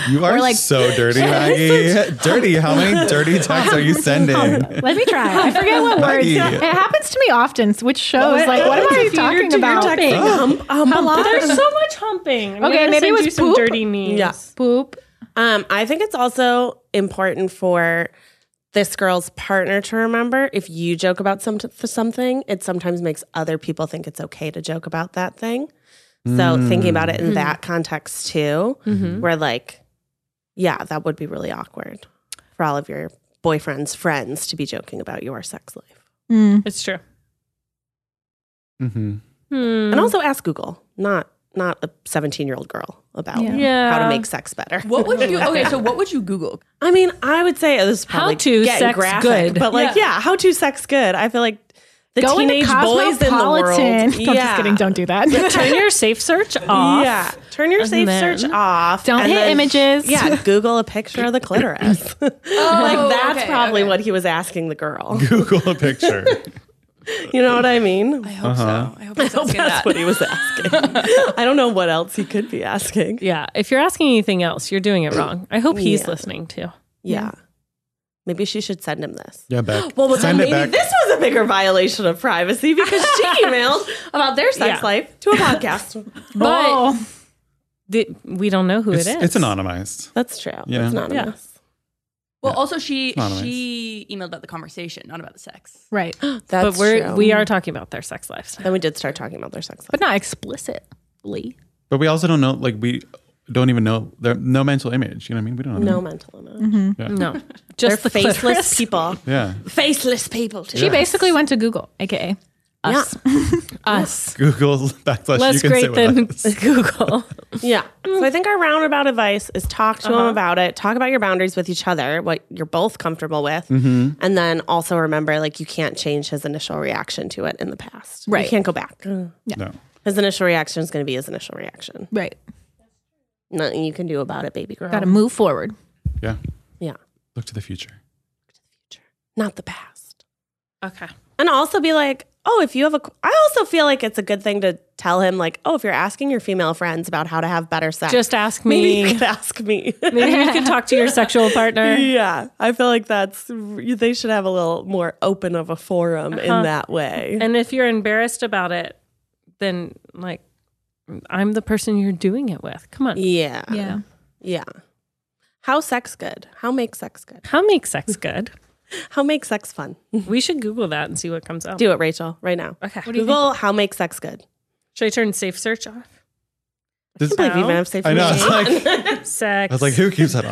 Speaker 3: You are
Speaker 5: like-
Speaker 3: so dirty, Maggie. dirty. How many dirty texts are you sending?
Speaker 5: Let me try. I forget what words.
Speaker 3: Maggie.
Speaker 5: It happens to me often, which shows like what am I talking about?
Speaker 2: Um, um,
Speaker 5: How long?
Speaker 6: There's so much humping. I'm
Speaker 5: Okay,
Speaker 6: gonna
Speaker 5: maybe
Speaker 6: send
Speaker 5: it was
Speaker 6: you some
Speaker 5: poop.
Speaker 6: dirty memes.
Speaker 2: Yeah.
Speaker 5: Boop.
Speaker 2: Um, I think it's also important for this girl's partner to remember if you joke about some for something, it sometimes makes other people think it's okay to joke about that thing. So thinking about it in
Speaker 6: Hmm.
Speaker 2: that context too,
Speaker 5: Mm-hmm.
Speaker 6: Mm-hmm.
Speaker 2: where like, yeah, that would be really awkward for all of your boyfriend's friends to be joking about your sex life.
Speaker 5: Mm.
Speaker 6: It's true.
Speaker 3: Mm-hmm.
Speaker 6: Hmm.
Speaker 2: And also ask Google, not not a seventeen year old girl about
Speaker 5: Yeah.
Speaker 6: yeah.
Speaker 2: how to make sex better.
Speaker 4: What would you okay, so what would you Google?
Speaker 2: I mean, I would say this is
Speaker 6: How
Speaker 2: probably
Speaker 6: to
Speaker 2: getting
Speaker 6: sex good.
Speaker 2: but like, yeah, how to sex good. I feel like the
Speaker 5: Go into
Speaker 2: teenage boys in the world.
Speaker 5: Cosmopolitan. I'm
Speaker 2: yeah.
Speaker 5: just kidding. Don't do that.
Speaker 6: turn your safe search off.
Speaker 2: Yeah, turn your safe
Speaker 6: then-
Speaker 2: search off.
Speaker 5: Don't
Speaker 2: and
Speaker 5: hit images. Oh,
Speaker 2: Yeah, Google a picture of the clitoris. like that's
Speaker 4: okay,
Speaker 2: probably what he was asking the girl.
Speaker 3: Google a picture.
Speaker 2: You know what I mean?
Speaker 4: I hope so. I hope it's asking
Speaker 2: That's
Speaker 4: that.
Speaker 2: what he was asking. I don't know what else he could be asking.
Speaker 6: Yeah. If you're asking anything else, you're doing it wrong. I hope he's
Speaker 2: Yeah.
Speaker 6: listening too.
Speaker 2: Yeah, maybe she should send him this.
Speaker 3: Yeah, Beck.
Speaker 2: Well, but then
Speaker 3: Send it
Speaker 2: Oh, maybe
Speaker 3: back.
Speaker 2: this was a bigger violation of privacy because she emailed about their sex
Speaker 6: Yeah.
Speaker 2: life to a podcast.
Speaker 6: But
Speaker 5: Oh.
Speaker 6: the- we don't know who
Speaker 3: it's,
Speaker 6: it is.
Speaker 3: it's anonymized.
Speaker 2: That's true.
Speaker 3: Yeah.
Speaker 2: It's anonymous.
Speaker 4: Well, also she
Speaker 3: Not nice.
Speaker 4: she emailed about the conversation, not about the sex.
Speaker 5: right,
Speaker 2: That's but
Speaker 6: but we're
Speaker 2: true.
Speaker 6: we are talking about their sex lives.
Speaker 2: Then we did start talking about their sex life.
Speaker 5: but not explicitly.
Speaker 3: But we also don't know, like, we don't even know. There, no mental image. You know what I mean? We don't know.
Speaker 2: No mental image.
Speaker 6: No, just
Speaker 2: They're
Speaker 6: the
Speaker 2: faceless
Speaker 6: clitoris.
Speaker 2: people.
Speaker 3: Yeah.
Speaker 2: Faceless people. Too.
Speaker 5: She basically went to Google, aka us.
Speaker 6: Us.
Speaker 3: Google backslash you
Speaker 6: Less
Speaker 3: can sit
Speaker 6: great
Speaker 3: with
Speaker 6: than
Speaker 3: us.
Speaker 6: Google.
Speaker 2: Yeah. So I think our roundabout advice is talk to them about it. Talk about your boundaries with each other, what you're both comfortable with,
Speaker 3: Mm-hmm.
Speaker 2: and then also remember like you can't change his initial reaction to it in the past.
Speaker 5: Right.
Speaker 2: You can't go back.
Speaker 3: No.
Speaker 2: His initial reaction is going to be his initial reaction.
Speaker 5: Right.
Speaker 2: Nothing you can do about it, baby girl.
Speaker 5: Got to move forward.
Speaker 3: Yeah.
Speaker 2: Yeah.
Speaker 3: Look to the future.
Speaker 2: Not the past.
Speaker 6: okay.
Speaker 2: And also be like, oh, if you have a, I also feel like it's a good thing to tell him, like, oh, if you're asking your female friends about how to have better sex,
Speaker 6: Just ask
Speaker 2: maybe you
Speaker 6: me.
Speaker 2: could ask me.
Speaker 6: Maybe you could talk to your sexual partner.
Speaker 2: yeah, I feel like that's they should have a little more open of a forum in that way.
Speaker 6: Uh-huh. And if you're embarrassed about it, then like I'm the person you're doing it with. Come on.
Speaker 2: yeah,
Speaker 5: Yeah.
Speaker 2: yeah. How sex good? How make sex good?
Speaker 6: How make sex good?
Speaker 2: How make sex fun?
Speaker 6: We should Google that and see what comes up.
Speaker 2: Do it, Rachel, right now.
Speaker 6: Okay.
Speaker 2: Google how make sex good.
Speaker 6: Should I turn safe search off?
Speaker 2: I can't believe you even have safe
Speaker 3: I know. It's
Speaker 2: search.
Speaker 3: like, I
Speaker 6: Sex.
Speaker 3: was like, who keeps that on?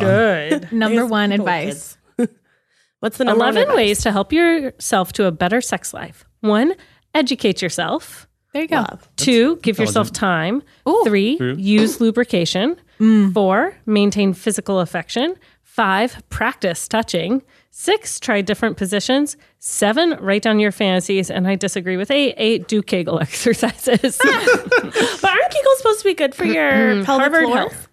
Speaker 6: good.
Speaker 5: Number one advice.
Speaker 2: What's the number? one
Speaker 6: 11
Speaker 2: advice?
Speaker 6: ways to help yourself to a better sex life. One, educate yourself.
Speaker 5: There you go.
Speaker 6: Two, give yourself time. Three, use lubrication. Four, maintain physical affection. Five, practice touching. Six, try different positions. Seven, write down your fantasies. And I disagree with eight. Eight, do Kegel exercises.
Speaker 2: But aren't Kegels supposed to be good for your pelvic
Speaker 6: Harvard
Speaker 2: floor?
Speaker 6: Health.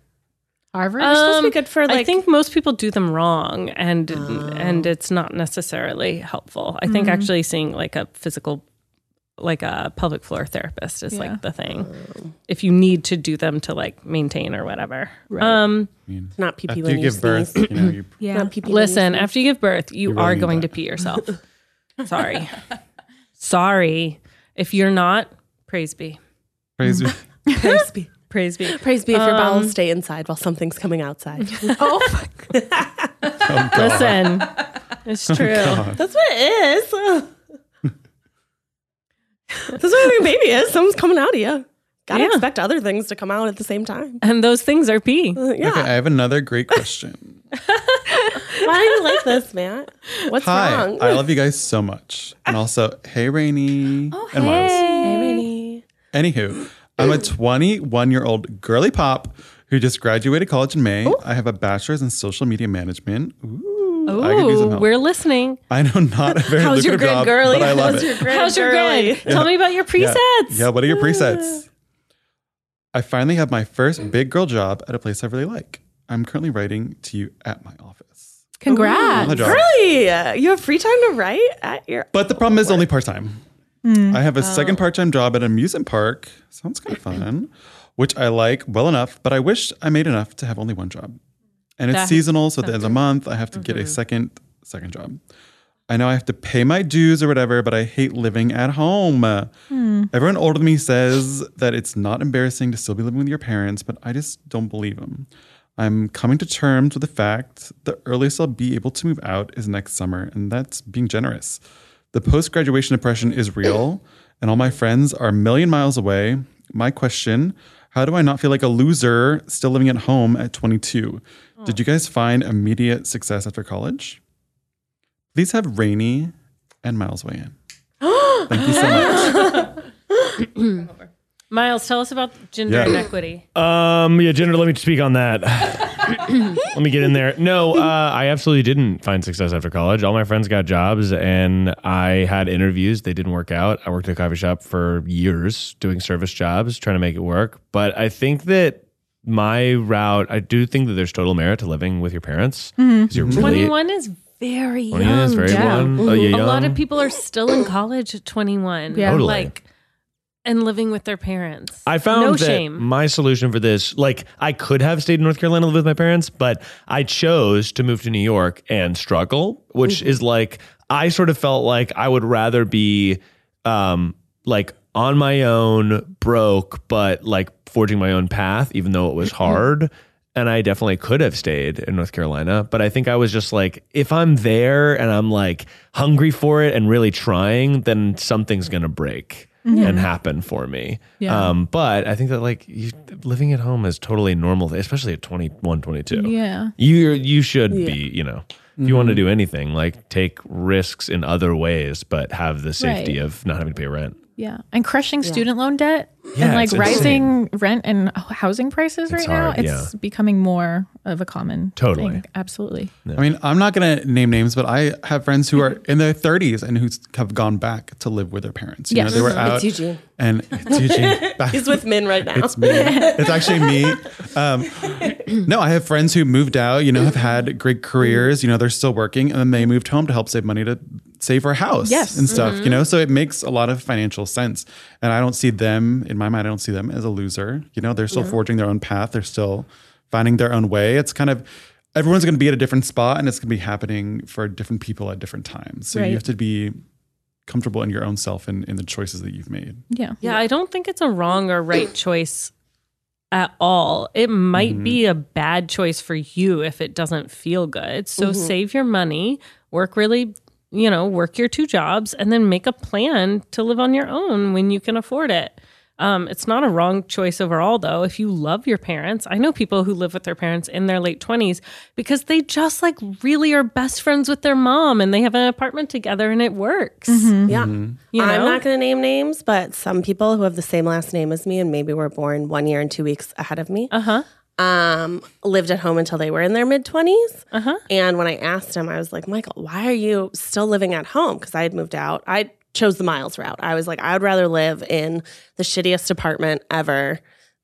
Speaker 5: Harvard.
Speaker 2: They're supposed to be good for like
Speaker 6: Um, I think most people do them wrong, and and it's not necessarily helpful. I
Speaker 2: Mm-hmm.
Speaker 6: think actually seeing like a physical, like a pelvic floor therapist is like the thing. If you need to do them to like maintain or whatever. Um,
Speaker 2: not pee pee
Speaker 3: After
Speaker 2: when
Speaker 3: you give birth, you know, you
Speaker 5: yeah.
Speaker 6: listen, after you give birth, you,
Speaker 3: really
Speaker 6: are
Speaker 3: need
Speaker 6: going
Speaker 3: that.
Speaker 6: to pee yourself. Sorry, sorry. If you're not, praise be,
Speaker 3: praise me.
Speaker 2: Praise be,
Speaker 6: praise be.
Speaker 2: praise be if your bowels stay inside while something's coming outside.
Speaker 3: Oh, God.
Speaker 6: Listen, it's
Speaker 3: Oh
Speaker 6: true.
Speaker 2: That's what it is. That's what having a baby is. Something's coming out of you. Gotta
Speaker 6: Yeah.
Speaker 2: expect other things to come out at the same time.
Speaker 6: and those things are pee.
Speaker 2: Yeah.
Speaker 3: Okay, I have another great question.
Speaker 2: Why do you like this, Matt? What's
Speaker 3: Hi,
Speaker 2: wrong?
Speaker 3: I love you guys so much. And also, hey, Rainy
Speaker 2: Oh,
Speaker 3: and Miles. Anywho, I'm a 21 year old girly pop who just graduated college in
Speaker 2: Oh.
Speaker 3: May. I have a bachelor's in social media management. Ooh, I could use some
Speaker 6: Ooh,
Speaker 3: help.
Speaker 6: we're listening.
Speaker 3: I know not a very
Speaker 2: Oh, How's your
Speaker 3: lucrative
Speaker 2: grid,
Speaker 3: job,
Speaker 2: girly?
Speaker 3: but I love
Speaker 2: How's
Speaker 3: it.
Speaker 2: your grid,
Speaker 6: How's your
Speaker 2: girly?
Speaker 6: grid? Tell me about your
Speaker 3: Yeah.
Speaker 6: presets.
Speaker 3: Yeah, what are your presets? I finally have my first big girl job at a place I really like. I'm currently writing to you at my office.
Speaker 5: Congrats.
Speaker 3: Another job.
Speaker 2: Really? You have free time to write at your.
Speaker 3: But the problem is only part time. I have a second part time job at an amusement park. Sounds kind of fun, which I like well enough, but I wish I made enough to have only one job. And it's seasonal, so at the end of the month, I have to get a second second job. I know I have to pay my dues or whatever, but I hate living at home. Everyone older than me says that it's not embarrassing to still be living with your parents, but I just don't believe them. I'm coming to terms with the fact the earliest I'll be able to move out is next summer, and that's being generous. The post graduation depression is real, and all my friends are a million miles away. My question How do I not feel like a loser still living at home at 22? Did you guys find immediate success after college? Please have Rainy and Miles weigh in. Thank you so much.
Speaker 6: Miles, tell us about gender
Speaker 3: Yeah.
Speaker 6: inequity.
Speaker 8: Um, yeah, Jennifer, let me speak on that. let me get in there. No, uh, I absolutely didn't find success after college. All my friends got jobs and I had interviews. They didn't work out. I worked at a coffee shop for years doing service jobs, trying to make it work. But I think that my route, I do think that there's total merit to living with your parents. 'Cause You're really,
Speaker 6: 21 is very Mm-hmm. young.
Speaker 8: 21 is very young. Oh, you're
Speaker 6: A lot
Speaker 8: young.
Speaker 6: of people are still in college at 21.
Speaker 5: Yeah.
Speaker 8: Totally.
Speaker 6: Like, and living with their parents.
Speaker 8: I found
Speaker 6: no
Speaker 8: that
Speaker 6: shame.
Speaker 8: my solution for this, like I could have stayed in North Carolina to live with my parents, but I chose to move to New York and struggle, which
Speaker 6: Mm-hmm.
Speaker 8: is like I sort of felt like I would rather be um like on my own, broke, but like forging my own path, even though it
Speaker 6: Mm-hmm.
Speaker 8: was hard. And I definitely could have stayed in North Carolina, but I think I was just like, if I'm there and I'm like hungry for it and really trying, then something's gonna break and happen for me.
Speaker 5: Mm-hmm. Yeah.
Speaker 8: Um, but I think that like you, living at home is totally normal, especially at 21, 22.
Speaker 5: Uh, Yeah.
Speaker 8: You you should be, you know, if you want to do anything, like take risks in other ways, but have the safety
Speaker 5: Right.
Speaker 8: of not having to pay rent.
Speaker 5: Yeah. And crushing student loan debt
Speaker 8: Yeah,
Speaker 5: and like
Speaker 8: it's
Speaker 5: rising rent and h- housing prices right now.
Speaker 8: hard,
Speaker 5: It's becoming more of a common
Speaker 8: Totally.
Speaker 5: thing. Absolutely.
Speaker 3: I mean, I'm not going to name names, but I have friends who are in their 30s and who have gone back to live with their parents. You
Speaker 5: Yes.
Speaker 3: know, they were
Speaker 5: It's
Speaker 3: out.
Speaker 2: Eugene.
Speaker 3: And it's Eugene. Back-
Speaker 2: He's with Min right now.
Speaker 3: It's me. It's actually me. Um, no, I have friends who moved out, you know, have had great careers, you know, they're still working, and then they moved home to help save money to save for a house
Speaker 5: Yes. Mm-hmm.
Speaker 3: and stuff, you know? So it makes a lot of financial sense. And I don't see them, in my mind, I don't see them as a loser. You know, they're still forging their own path, they're still finding their own way. It's kind of, everyone's going to be at a different spot and it's going to be happening for different people at different times. So
Speaker 5: Right.
Speaker 3: you have to be comfortable in your own self and in the choices that you've made.
Speaker 5: Yeah.
Speaker 6: yeah, I don't think it's a wrong or right choice at all. It might be a bad choice for you if it doesn't feel good. So save your money, work really, you know, work your two jobs and then make a plan to live on your own when you can afford it. Um, it's not a wrong choice overall, though. If you love your parents, I know people who live with their parents in their late 20s because they just like really are best friends with their mom and they have an apartment together and it works.
Speaker 2: Yeah.
Speaker 6: You
Speaker 2: I'm
Speaker 6: know?
Speaker 2: not going to name names, but some people who have the same last name as me and maybe were born one year and two weeks ahead of me.
Speaker 6: Uh-huh.
Speaker 2: Um, lived at home until they were in their mid 20s. Uh-huh. And when I asked him, I was like, Michael, why are you still living at home? Because I had moved out. I chose the miles route. I was like, I would rather live in the shittiest apartment ever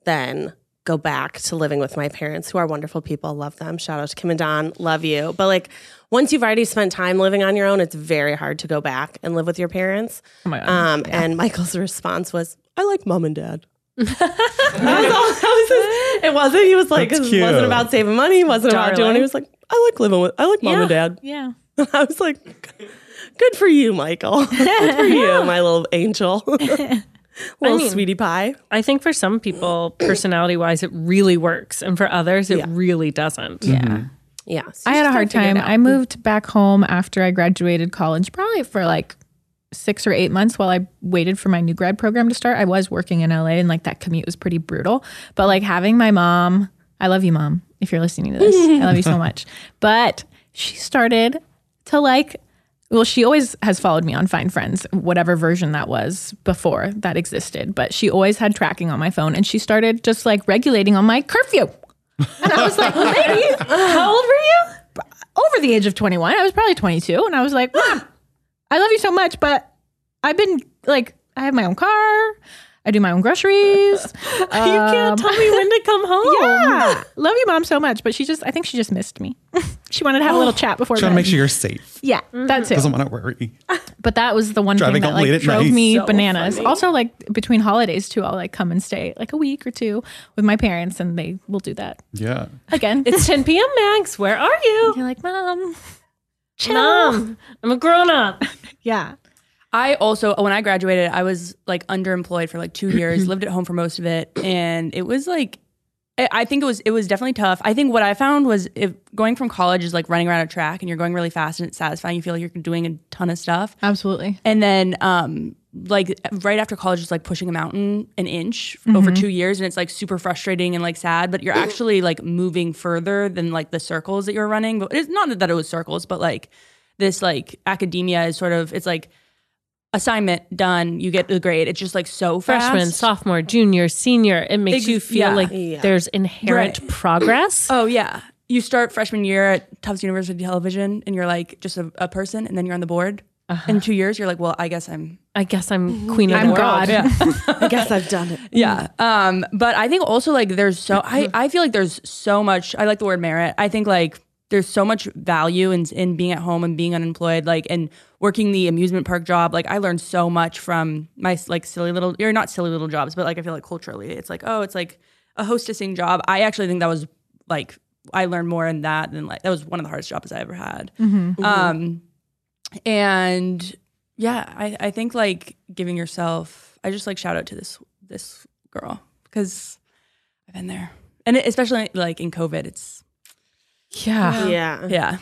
Speaker 2: than go back to living with my parents, who are wonderful people. Love them. Shout out to Kim and Don. Love you. But like, once you've already spent time living on your own, it's very hard to go back and live with your parents.
Speaker 5: Oh my God.
Speaker 2: Um, And Michael's response was, I like mom and dad. that was all. That was his, it wasn't. He was like,
Speaker 3: That's
Speaker 2: it
Speaker 3: cute.
Speaker 2: wasn't about saving money. It wasn't about doing.
Speaker 6: Darling.
Speaker 2: He was like, I like living with. I like mom and dad.
Speaker 5: yeah.
Speaker 2: I was like, good for you, Michael. good for you, my little angel, little
Speaker 6: mean-
Speaker 2: sweetie pie.
Speaker 6: I think for some people, personality wise, it really works. And for others, it really doesn't. Yeah.
Speaker 2: Yeah, so
Speaker 5: I
Speaker 2: you
Speaker 5: had
Speaker 2: just
Speaker 5: a hard
Speaker 2: gotta figure
Speaker 5: time.
Speaker 2: it out.
Speaker 5: I moved back home after I graduated college, probably for like six or eight months while I waited for my new grad program to start. I was working in LA and like that commute was pretty brutal. But like having my mom, I love you, mom, if you're listening to this. I love you so much. But she started to like, well, she always has followed me on Find Friends, whatever version that was before that existed. But she always had tracking on my phone and she started just like regulating on my curfew. And I was like, lady, how old were you? Over the age of 21. I was probably 22. And I was like, mom, I love you so much, but I've been like, I have my own car. I do my own groceries. you can't
Speaker 6: Tell me when to come home.
Speaker 5: Yeah. Love you, mom, so much. But she just, I think she just missed me. she wanted to have a little chat before bed.
Speaker 3: Trying to make sure you're safe.
Speaker 5: yeah, that's it.
Speaker 3: Doesn't want to worry.
Speaker 5: But that was the one
Speaker 3: Driving
Speaker 5: thing that
Speaker 3: home late
Speaker 5: like
Speaker 3: at
Speaker 5: drove
Speaker 3: night.
Speaker 5: me bananas. Also, like between holidays too, I'll like come and stay like a week or two with my parents, and they will do that
Speaker 3: Yeah.
Speaker 5: again.
Speaker 6: It's 10 p.m. Max. Where are you?
Speaker 5: You're like, mom, chill.
Speaker 6: Mom, I'm a grown up.
Speaker 5: Yeah,
Speaker 4: I also, when I graduated, I was like underemployed for like two years, lived at home for most of it. And it was like, I- I think it was it was definitely tough. I think what I found was if going from college is like running around a track and you're going really fast and it's satisfying. You feel like you're doing a ton of stuff.
Speaker 5: absolutely.
Speaker 4: And then um like right after college is like pushing a mountain an inch over 2 years and it's like super frustrating and like sad but you're actually like moving further than like the circles that you're running but it's not that it was circles but like this like academia is sort of it's like assignment done you get the grade it's just like so fast
Speaker 6: Freshman, sophomore, junior, senior. It makes
Speaker 4: Ex-
Speaker 6: you feel
Speaker 4: yeah.
Speaker 6: like
Speaker 2: Yeah.
Speaker 6: there's inherent
Speaker 4: Right.
Speaker 6: progress.
Speaker 4: Oh yeah. You start freshman year at Tufts University Television and you're like just a, a person and then you're on the board. In two years you're like, well, I guess I'm
Speaker 6: I guess I'm queen of the
Speaker 5: I'm
Speaker 6: world.
Speaker 5: God.
Speaker 2: I guess I've done it.
Speaker 4: Yeah. Um, but I think also like there's so I, I feel like there's so much I like the word merit. I think like there's so much value in in being at home and being unemployed, like and working the amusement park job. Like I learned so much from my like silly little or not silly little jobs, but like I feel like culturally it's like, oh, it's like a hostessing job. I actually think that was like I learned more in that than like that was one of the hardest jobs I ever had.
Speaker 5: Mm-hmm.
Speaker 2: Mm-hmm.
Speaker 4: Um and yeah I, I think like giving yourself i just like shout out to this this girl because i've been there and it, especially like in covid it's
Speaker 5: Yeah.
Speaker 2: Yeah.
Speaker 4: yeah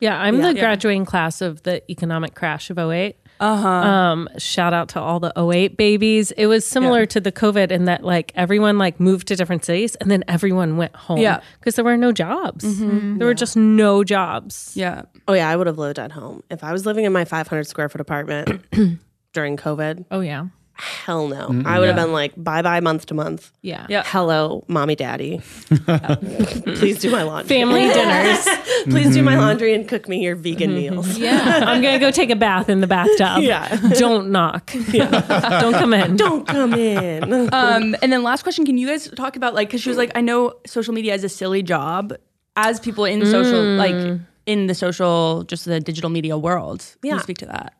Speaker 6: Yeah, I'm
Speaker 4: Yeah.
Speaker 6: the graduating class of the economic crash of 08.
Speaker 4: uh-huh
Speaker 2: Uh,
Speaker 6: Um, shout out to all the 08 babies. It was similar to the COVID in that like everyone like moved to different cities and then everyone went home.
Speaker 4: Yeah.
Speaker 6: Because there were no jobs.
Speaker 5: Mm-hmm.
Speaker 6: There were just no jobs.
Speaker 4: yeah
Speaker 2: Oh yeah, I would have lived at home if I was living in my 500 square foot apartment during COVID.
Speaker 5: Oh yeah.
Speaker 2: Hell no, I would have been like bye bye month to month.
Speaker 5: Yeah.
Speaker 4: Yeah.
Speaker 2: Hello, mommy, daddy. Please do my laundry.
Speaker 6: Family dinners. Mm-hmm.
Speaker 2: Please
Speaker 3: Mm-hmm.
Speaker 2: do my laundry and cook me your vegan meals.
Speaker 5: Yeah.
Speaker 6: I'm gonna go take a bath in the bathtub.
Speaker 2: Yeah.
Speaker 6: Don't knock. Don't come in.
Speaker 2: Don't come in.
Speaker 4: um and then last question can you guys talk about like because she was like i know social media is a silly job as people in social
Speaker 2: Mm.
Speaker 4: like in the social just the digital media world can
Speaker 2: Yeah.
Speaker 4: you speak to that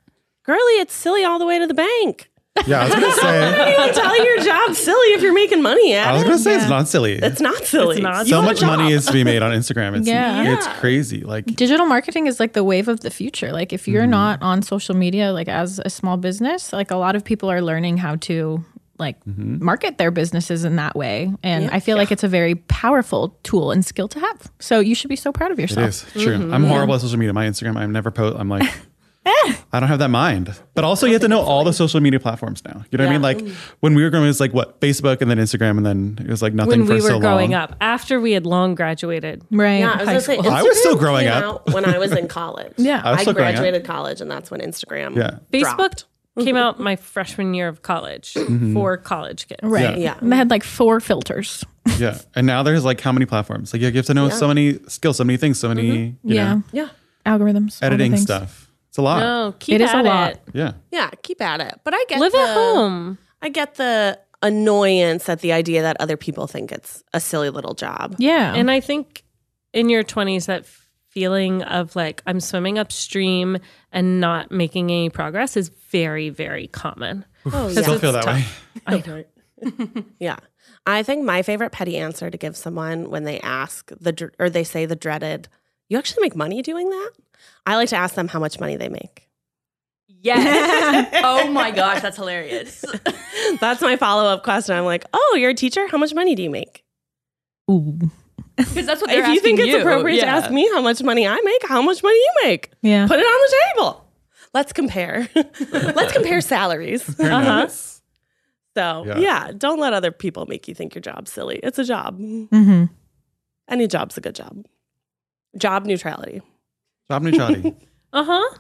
Speaker 2: Girly, it's silly all the way to the bank.
Speaker 3: Yeah, I was gonna say.
Speaker 2: You can tell your job silly if you're making money
Speaker 3: I
Speaker 2: at
Speaker 3: was
Speaker 2: it.
Speaker 3: gonna say it's not silly.
Speaker 2: It's not silly.
Speaker 6: It's not
Speaker 3: so
Speaker 6: You
Speaker 3: much money is to be made on Instagram. It's,
Speaker 5: Yeah.
Speaker 3: it's crazy. Like
Speaker 5: Digital marketing is like the wave of the future. Like if you're not on social media like as a small business, like a lot of people are learning how to like market their businesses in that way. And I feel like it's a very powerful tool and skill to have. So you should be so proud of
Speaker 3: It
Speaker 5: yourself.
Speaker 3: is true. I'm horrible at social media. My Instagram, I'm never post. I'm like, I don't have that mind. But also, you have to know all the social media platforms now. You know what I mean? Like when we were growing, it was like what Facebook and then Instagram, and then it was like nothing
Speaker 6: when
Speaker 3: for
Speaker 6: we were
Speaker 3: so
Speaker 6: growing
Speaker 3: long.
Speaker 6: up after we had long graduated.
Speaker 5: Right.
Speaker 2: Yeah, I was
Speaker 5: High
Speaker 2: gonna say,
Speaker 5: school.
Speaker 3: I was
Speaker 2: Instagram
Speaker 3: still growing
Speaker 2: came
Speaker 3: up.
Speaker 2: out when I was in college.
Speaker 5: Yeah. I
Speaker 3: was
Speaker 2: I
Speaker 3: still growing up.
Speaker 2: graduated college, and that's when Instagram.
Speaker 3: Yeah.
Speaker 6: Facebook
Speaker 2: dropped.
Speaker 6: came out my freshman year of college
Speaker 3: Mm-hmm.
Speaker 6: for college kids.
Speaker 5: Right.
Speaker 2: Yeah.
Speaker 5: And they had like four filters.
Speaker 3: Yeah, and now there's like how many platforms? Like you have to know so many skills, so many things, so many you
Speaker 5: Yeah.
Speaker 3: know
Speaker 2: Yeah.
Speaker 5: Algorithms. all the
Speaker 3: editing
Speaker 5: things.
Speaker 3: stuff. It's a lot.
Speaker 6: No, keep
Speaker 5: It is a
Speaker 6: at
Speaker 5: lot.
Speaker 6: it.
Speaker 3: Yeah,
Speaker 2: Yeah. Keep at it. But I get
Speaker 6: Live
Speaker 2: the,
Speaker 6: at home.
Speaker 2: I get the annoyance at the idea that other people think it's a silly little job.
Speaker 5: Yeah.
Speaker 6: And I think in your 20s, that feeling of like, I'm swimming upstream and not making any progress is very, very common.
Speaker 4: Oh,
Speaker 3: still feel that way.
Speaker 2: Yeah. I think my favorite petty answer to give someone when they ask the dr- or they say the dreaded, you actually make money doing that? I like to ask them how much money they make.
Speaker 4: Yes. oh my gosh, that's hilarious.
Speaker 2: That's my follow up question. I'm like, oh, you're a teacher? How much money do you make?
Speaker 4: Because that's what they're
Speaker 2: If you think it's
Speaker 4: asking
Speaker 2: appropriate to
Speaker 4: Yeah.
Speaker 2: ask me how much money I make, how much money you make?
Speaker 5: yeah.
Speaker 2: Put it on the table. Let's compare. Let's compare salaries.
Speaker 3: Fair
Speaker 4: Uh-huh.
Speaker 3: enough.
Speaker 2: So,
Speaker 3: Yeah.
Speaker 2: yeah. don't let other people make you think your job's silly. It's a job.
Speaker 5: hmm
Speaker 2: Any job's a good job. Job neutrality.
Speaker 3: Job neutrality.
Speaker 6: Uh huh.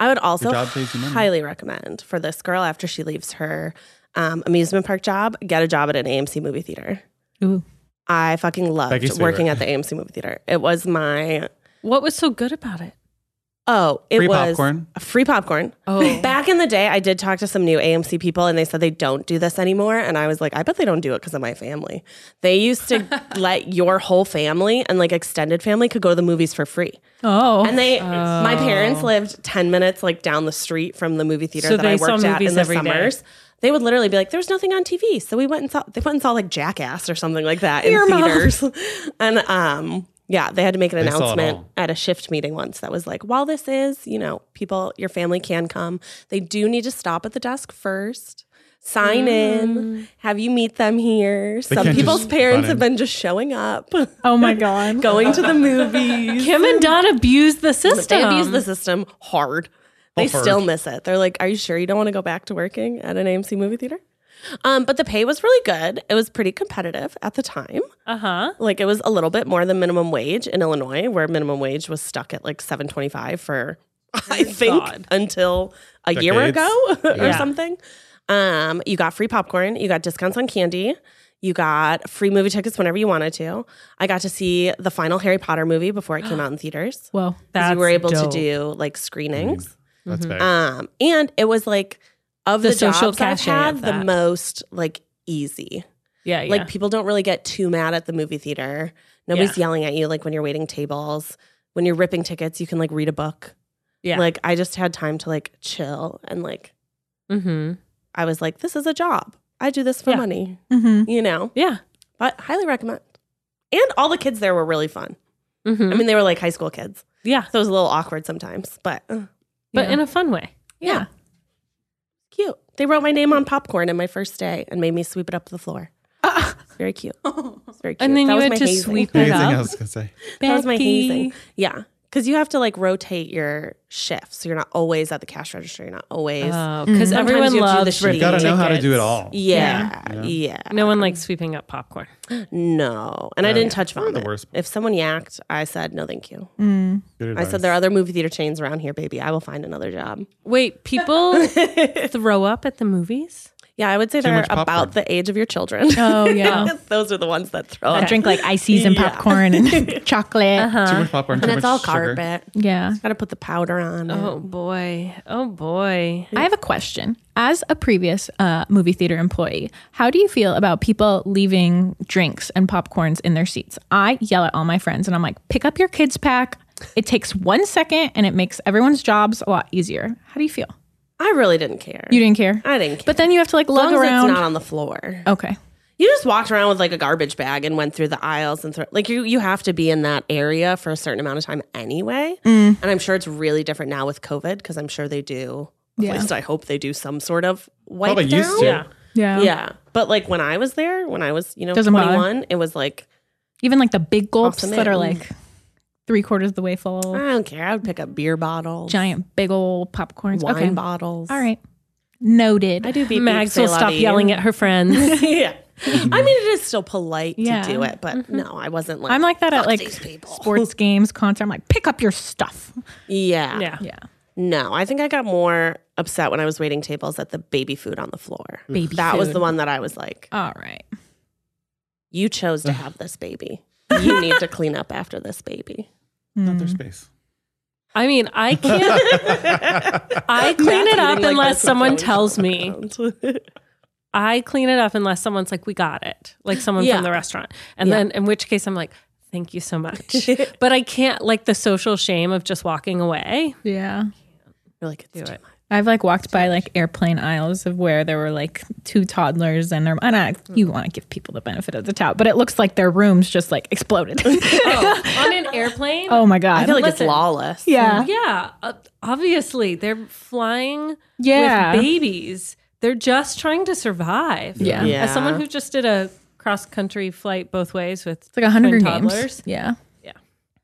Speaker 2: I would also
Speaker 3: job pays you money.
Speaker 2: highly recommend for this girl after she leaves her um, amusement park job, get a job at an AMC movie theater.
Speaker 5: Ooh.
Speaker 2: I fucking
Speaker 3: Becky's
Speaker 2: loved
Speaker 3: favorite.
Speaker 2: working at the AMC movie theater. It was my
Speaker 6: What was so good about it?
Speaker 2: oh, it
Speaker 3: Free
Speaker 2: was
Speaker 3: popcorn.
Speaker 2: free popcorn. Oh, back in the day, I did talk to some new AMC people, and they said they don't do this anymore. And I was like, I bet they don't do it because of my family. They used to let your whole family and like extended family could go to the movies for free.
Speaker 5: Oh.
Speaker 2: And they, my parents lived 10 minutes like down the street from the movie theater
Speaker 6: So
Speaker 2: that
Speaker 6: they
Speaker 2: I
Speaker 6: saw
Speaker 2: worked at
Speaker 6: movies
Speaker 2: in the
Speaker 6: every day.
Speaker 2: summers. They would literally be like, there's nothing on TV. So we went and saw, they went and saw like Jackass or something like that in theaters. and, um, yeah, they had to make an
Speaker 3: They saw it all.
Speaker 2: announcement at a shift meeting once that was like, while this is, you know, people, your family can come, they do need to stop at the desk first, sign
Speaker 6: Mm.
Speaker 2: in, have you meet them here. Some
Speaker 3: can't
Speaker 2: people's
Speaker 3: just
Speaker 2: parents
Speaker 3: run
Speaker 2: have
Speaker 3: in.
Speaker 2: been just showing up,
Speaker 5: oh my God.
Speaker 2: going to the movies.
Speaker 6: Kim and Don abused the system.
Speaker 2: They abuse the system hard. They
Speaker 3: Oh, Hard.
Speaker 2: still miss it. They're like, "Are you sure you don't want to go back to working at an AMC movie theater?" Um, but the pay was really good. It was pretty competitive at the time.
Speaker 6: Uh huh.
Speaker 2: Like it was a little bit more than minimum wage in Illinois, where minimum wage was stuck at like seven twenty five for I think
Speaker 6: God.
Speaker 2: until a year
Speaker 3: Decades.
Speaker 2: ago or
Speaker 6: Yeah.
Speaker 2: something. Um, you got free popcorn. You got discounts on candy. You got free movie tickets whenever you wanted to. I got to see the final Harry Potter movie before it came out in theaters
Speaker 5: Well,
Speaker 2: because
Speaker 6: That's
Speaker 2: we were able
Speaker 6: dope.
Speaker 2: to do like screenings.
Speaker 3: That's bad.
Speaker 2: Um, and it was like of
Speaker 6: The
Speaker 2: the,
Speaker 6: social
Speaker 2: jobs I've
Speaker 6: cachet
Speaker 2: had,
Speaker 6: of
Speaker 2: the
Speaker 6: that.
Speaker 2: most like easy.
Speaker 6: Yeah, yeah.
Speaker 2: Like people don't really get too mad at the movie theater. Nobody's yelling at you like when you're waiting tables. When you're ripping tickets, you can like read a book.
Speaker 6: Yeah.
Speaker 2: Like I just had time to like chill and like
Speaker 6: mm-hmm.
Speaker 2: I was like, this is a job. I do this for
Speaker 6: Yeah.
Speaker 2: money,
Speaker 5: hmm
Speaker 2: you know.
Speaker 6: Yeah.
Speaker 2: But highly recommend. And all the kids there were really fun.
Speaker 6: Mm-hmm.
Speaker 2: I mean, they were like high school kids,
Speaker 6: yeah.
Speaker 2: so it was a little awkward sometimes. But uh,
Speaker 6: But in a fun way.
Speaker 2: Yeah. Cute. They wrote my name on popcorn on my first day and made me sweep it up the floor. It's very cute. It's very cute.
Speaker 6: And then
Speaker 2: That
Speaker 6: you
Speaker 2: was
Speaker 6: had
Speaker 2: my
Speaker 6: to
Speaker 2: hazing.
Speaker 6: sweep it
Speaker 3: Anything
Speaker 6: up.
Speaker 3: I was gonna say?
Speaker 2: That was my
Speaker 5: Becky.
Speaker 2: hazing. Yeah. Because you have to like rotate your shifts. So you're not always at the cash register. You're not always.
Speaker 6: Because
Speaker 2: Sometimes
Speaker 6: Oh, everyone
Speaker 2: you have to do the
Speaker 6: loves
Speaker 2: shitty
Speaker 3: You gotta know how to do it
Speaker 6: tickets.
Speaker 3: all.
Speaker 2: yeah, yeah.
Speaker 6: No one likes sweeping up popcorn.
Speaker 2: No. And
Speaker 3: Oh,
Speaker 2: I didn't touch
Speaker 3: Probably
Speaker 2: vomit.
Speaker 3: the worst. Mm.
Speaker 2: If someone yacked, I said, no, thank you.
Speaker 3: Good
Speaker 2: I
Speaker 3: advice.
Speaker 2: said, there are other movie theater chains around here, baby. I will find another job.
Speaker 6: Wait, people throw up at the movies?
Speaker 2: Yeah, I would say they're
Speaker 3: much popcorn.
Speaker 2: about the age of your children.
Speaker 5: Oh, yeah.
Speaker 2: Those are the ones that throw
Speaker 5: I
Speaker 2: up.
Speaker 5: drink like ices and popcorn and chocolate.
Speaker 2: Uh-huh.
Speaker 3: too much popcorn, too
Speaker 2: And
Speaker 3: much
Speaker 2: it's all
Speaker 3: sugar.
Speaker 2: carpet.
Speaker 5: Yeah.
Speaker 2: Got to put the powder on.
Speaker 6: Oh boy. Oh boy.
Speaker 5: I have a question. As a previous uh, movie theater employee, how do you feel about people leaving drinks and popcorns in their seats? I yell at all my friends and I'm like, pick up your kids' pack. It takes one second and it makes everyone's jobs a lot easier. How do you feel?
Speaker 2: I really didn't care.
Speaker 5: You didn't care?
Speaker 2: I didn't care.
Speaker 5: But then you have to like
Speaker 2: As
Speaker 5: lug
Speaker 2: long as
Speaker 5: around.
Speaker 2: it's not on the floor.
Speaker 5: okay.
Speaker 2: You just walked around with like a garbage bag and went through the aisles and throw like you you have to be in that area for a certain amount of time anyway. And I'm sure it's really different now with COVID because I'm sure they do. At least I hope they do some sort of wipe
Speaker 3: Probably
Speaker 2: down.
Speaker 3: used to.
Speaker 6: Yeah.
Speaker 5: Yeah.
Speaker 2: Yeah. But like when I was there, when I was, you know,
Speaker 5: Doesn't bother.
Speaker 2: 21, it was like,
Speaker 5: Even like the big gulps
Speaker 2: Awesome.
Speaker 5: that are like three quarters of the way
Speaker 2: I
Speaker 5: full,
Speaker 2: don't care. I would pick up beer bottles,
Speaker 5: giant big old popcorns.
Speaker 2: wine
Speaker 5: okay.
Speaker 2: bottles.
Speaker 5: All right. Noted.
Speaker 2: I do beep
Speaker 6: Mags
Speaker 2: beep, say
Speaker 6: will stop
Speaker 2: lovey.
Speaker 6: yelling at her friends.
Speaker 2: yeah. I mean, it is still polite
Speaker 5: Yeah.
Speaker 2: to do it, but
Speaker 6: Mm-hmm.
Speaker 2: no, I wasn't like,
Speaker 5: I'm like that at
Speaker 2: "Fuck
Speaker 5: like
Speaker 2: these people.
Speaker 5: sports games, concert. I'm like, pick up your stuff.
Speaker 2: yeah.
Speaker 6: yeah.
Speaker 5: Yeah.
Speaker 2: No, I think I got more upset when I was waiting tables at the baby food on the floor.
Speaker 5: Baby
Speaker 2: that was
Speaker 5: food.
Speaker 2: the one that I was like,
Speaker 5: All right.
Speaker 2: you chose to have this baby. You need to clean up after this baby.
Speaker 3: Not
Speaker 5: Hmm. Mm.
Speaker 3: their space.
Speaker 6: I mean, I can't. I clean it up unless someone tells me. I clean it up unless someone's like, "We got it," like someone
Speaker 2: Yeah.
Speaker 6: from the restaurant, and
Speaker 2: Yeah.
Speaker 6: then in which case I'm like, "Thank you so much," but I can't like the social shame of just walking away.
Speaker 5: Yeah.
Speaker 2: You're like, it's
Speaker 6: Do
Speaker 2: too
Speaker 6: it.
Speaker 5: I've like walked by like airplane aisles of where there were like two toddlers and their and I, you want to give people the benefit of the doubt, but it looks like their rooms just like exploded.
Speaker 6: Oh, On an airplane,
Speaker 5: oh my god!
Speaker 2: I feel like
Speaker 6: Listen.
Speaker 2: it's lawless.
Speaker 5: yeah,
Speaker 6: yeah, uh, obviously they're flying
Speaker 5: Yeah.
Speaker 6: with babies. They're just trying to survive.
Speaker 5: yeah.
Speaker 2: Yeah.
Speaker 6: As someone who just did a cross country flight both ways with
Speaker 5: It's like a hundred
Speaker 6: twin
Speaker 5: games.
Speaker 6: toddlers.
Speaker 5: Yeah.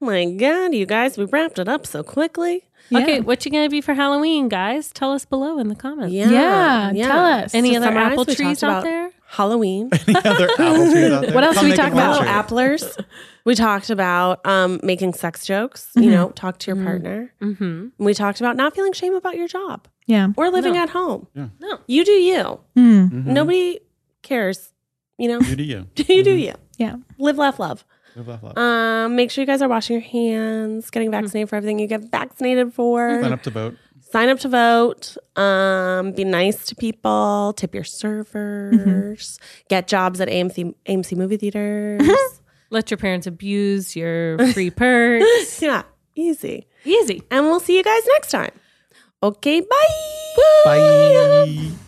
Speaker 2: Oh my God, you guys, we wrapped it up so quickly.
Speaker 6: Okay, what you gonna be for Halloween, guys? Tell us below in the comments.
Speaker 2: Yeah.
Speaker 5: Yeah, tell us.
Speaker 6: Any
Speaker 2: To
Speaker 6: other
Speaker 2: summarize,
Speaker 6: apple
Speaker 2: we
Speaker 6: trees
Speaker 2: talked
Speaker 6: out
Speaker 2: about
Speaker 6: there?
Speaker 2: Halloween.
Speaker 3: Any other apple trees out there?
Speaker 5: What else
Speaker 3: Come
Speaker 5: do we
Speaker 3: make
Speaker 5: talk
Speaker 3: an
Speaker 5: about?
Speaker 2: Fellow
Speaker 3: orchard.
Speaker 2: applers. We talked about um, making sex jokes, you know, talk to your partner.
Speaker 6: Mm-hmm.
Speaker 2: We talked about not feeling shame about your job
Speaker 5: Yeah.
Speaker 2: or living
Speaker 6: No.
Speaker 2: at home.
Speaker 6: No.
Speaker 2: You do you.
Speaker 5: Mm.
Speaker 3: Mhm.
Speaker 2: Nobody cares, you know.
Speaker 3: You do you.
Speaker 2: you do you.
Speaker 5: Yeah.
Speaker 2: Live, laugh, love.
Speaker 3: Live, laugh, love.
Speaker 2: Um, make sure you guys are washing your hands, getting vaccinated for everything you get vaccinated for.
Speaker 3: Sign up to vote.
Speaker 2: Sign up to vote. Um, be nice to people. Tip your servers. Get jobs at AMC AMC movie theaters.
Speaker 6: Let your parents abuse your free perks.
Speaker 2: yeah, easy.
Speaker 6: Easy.
Speaker 2: And we'll see you guys next time. Okay, bye.
Speaker 3: Bye.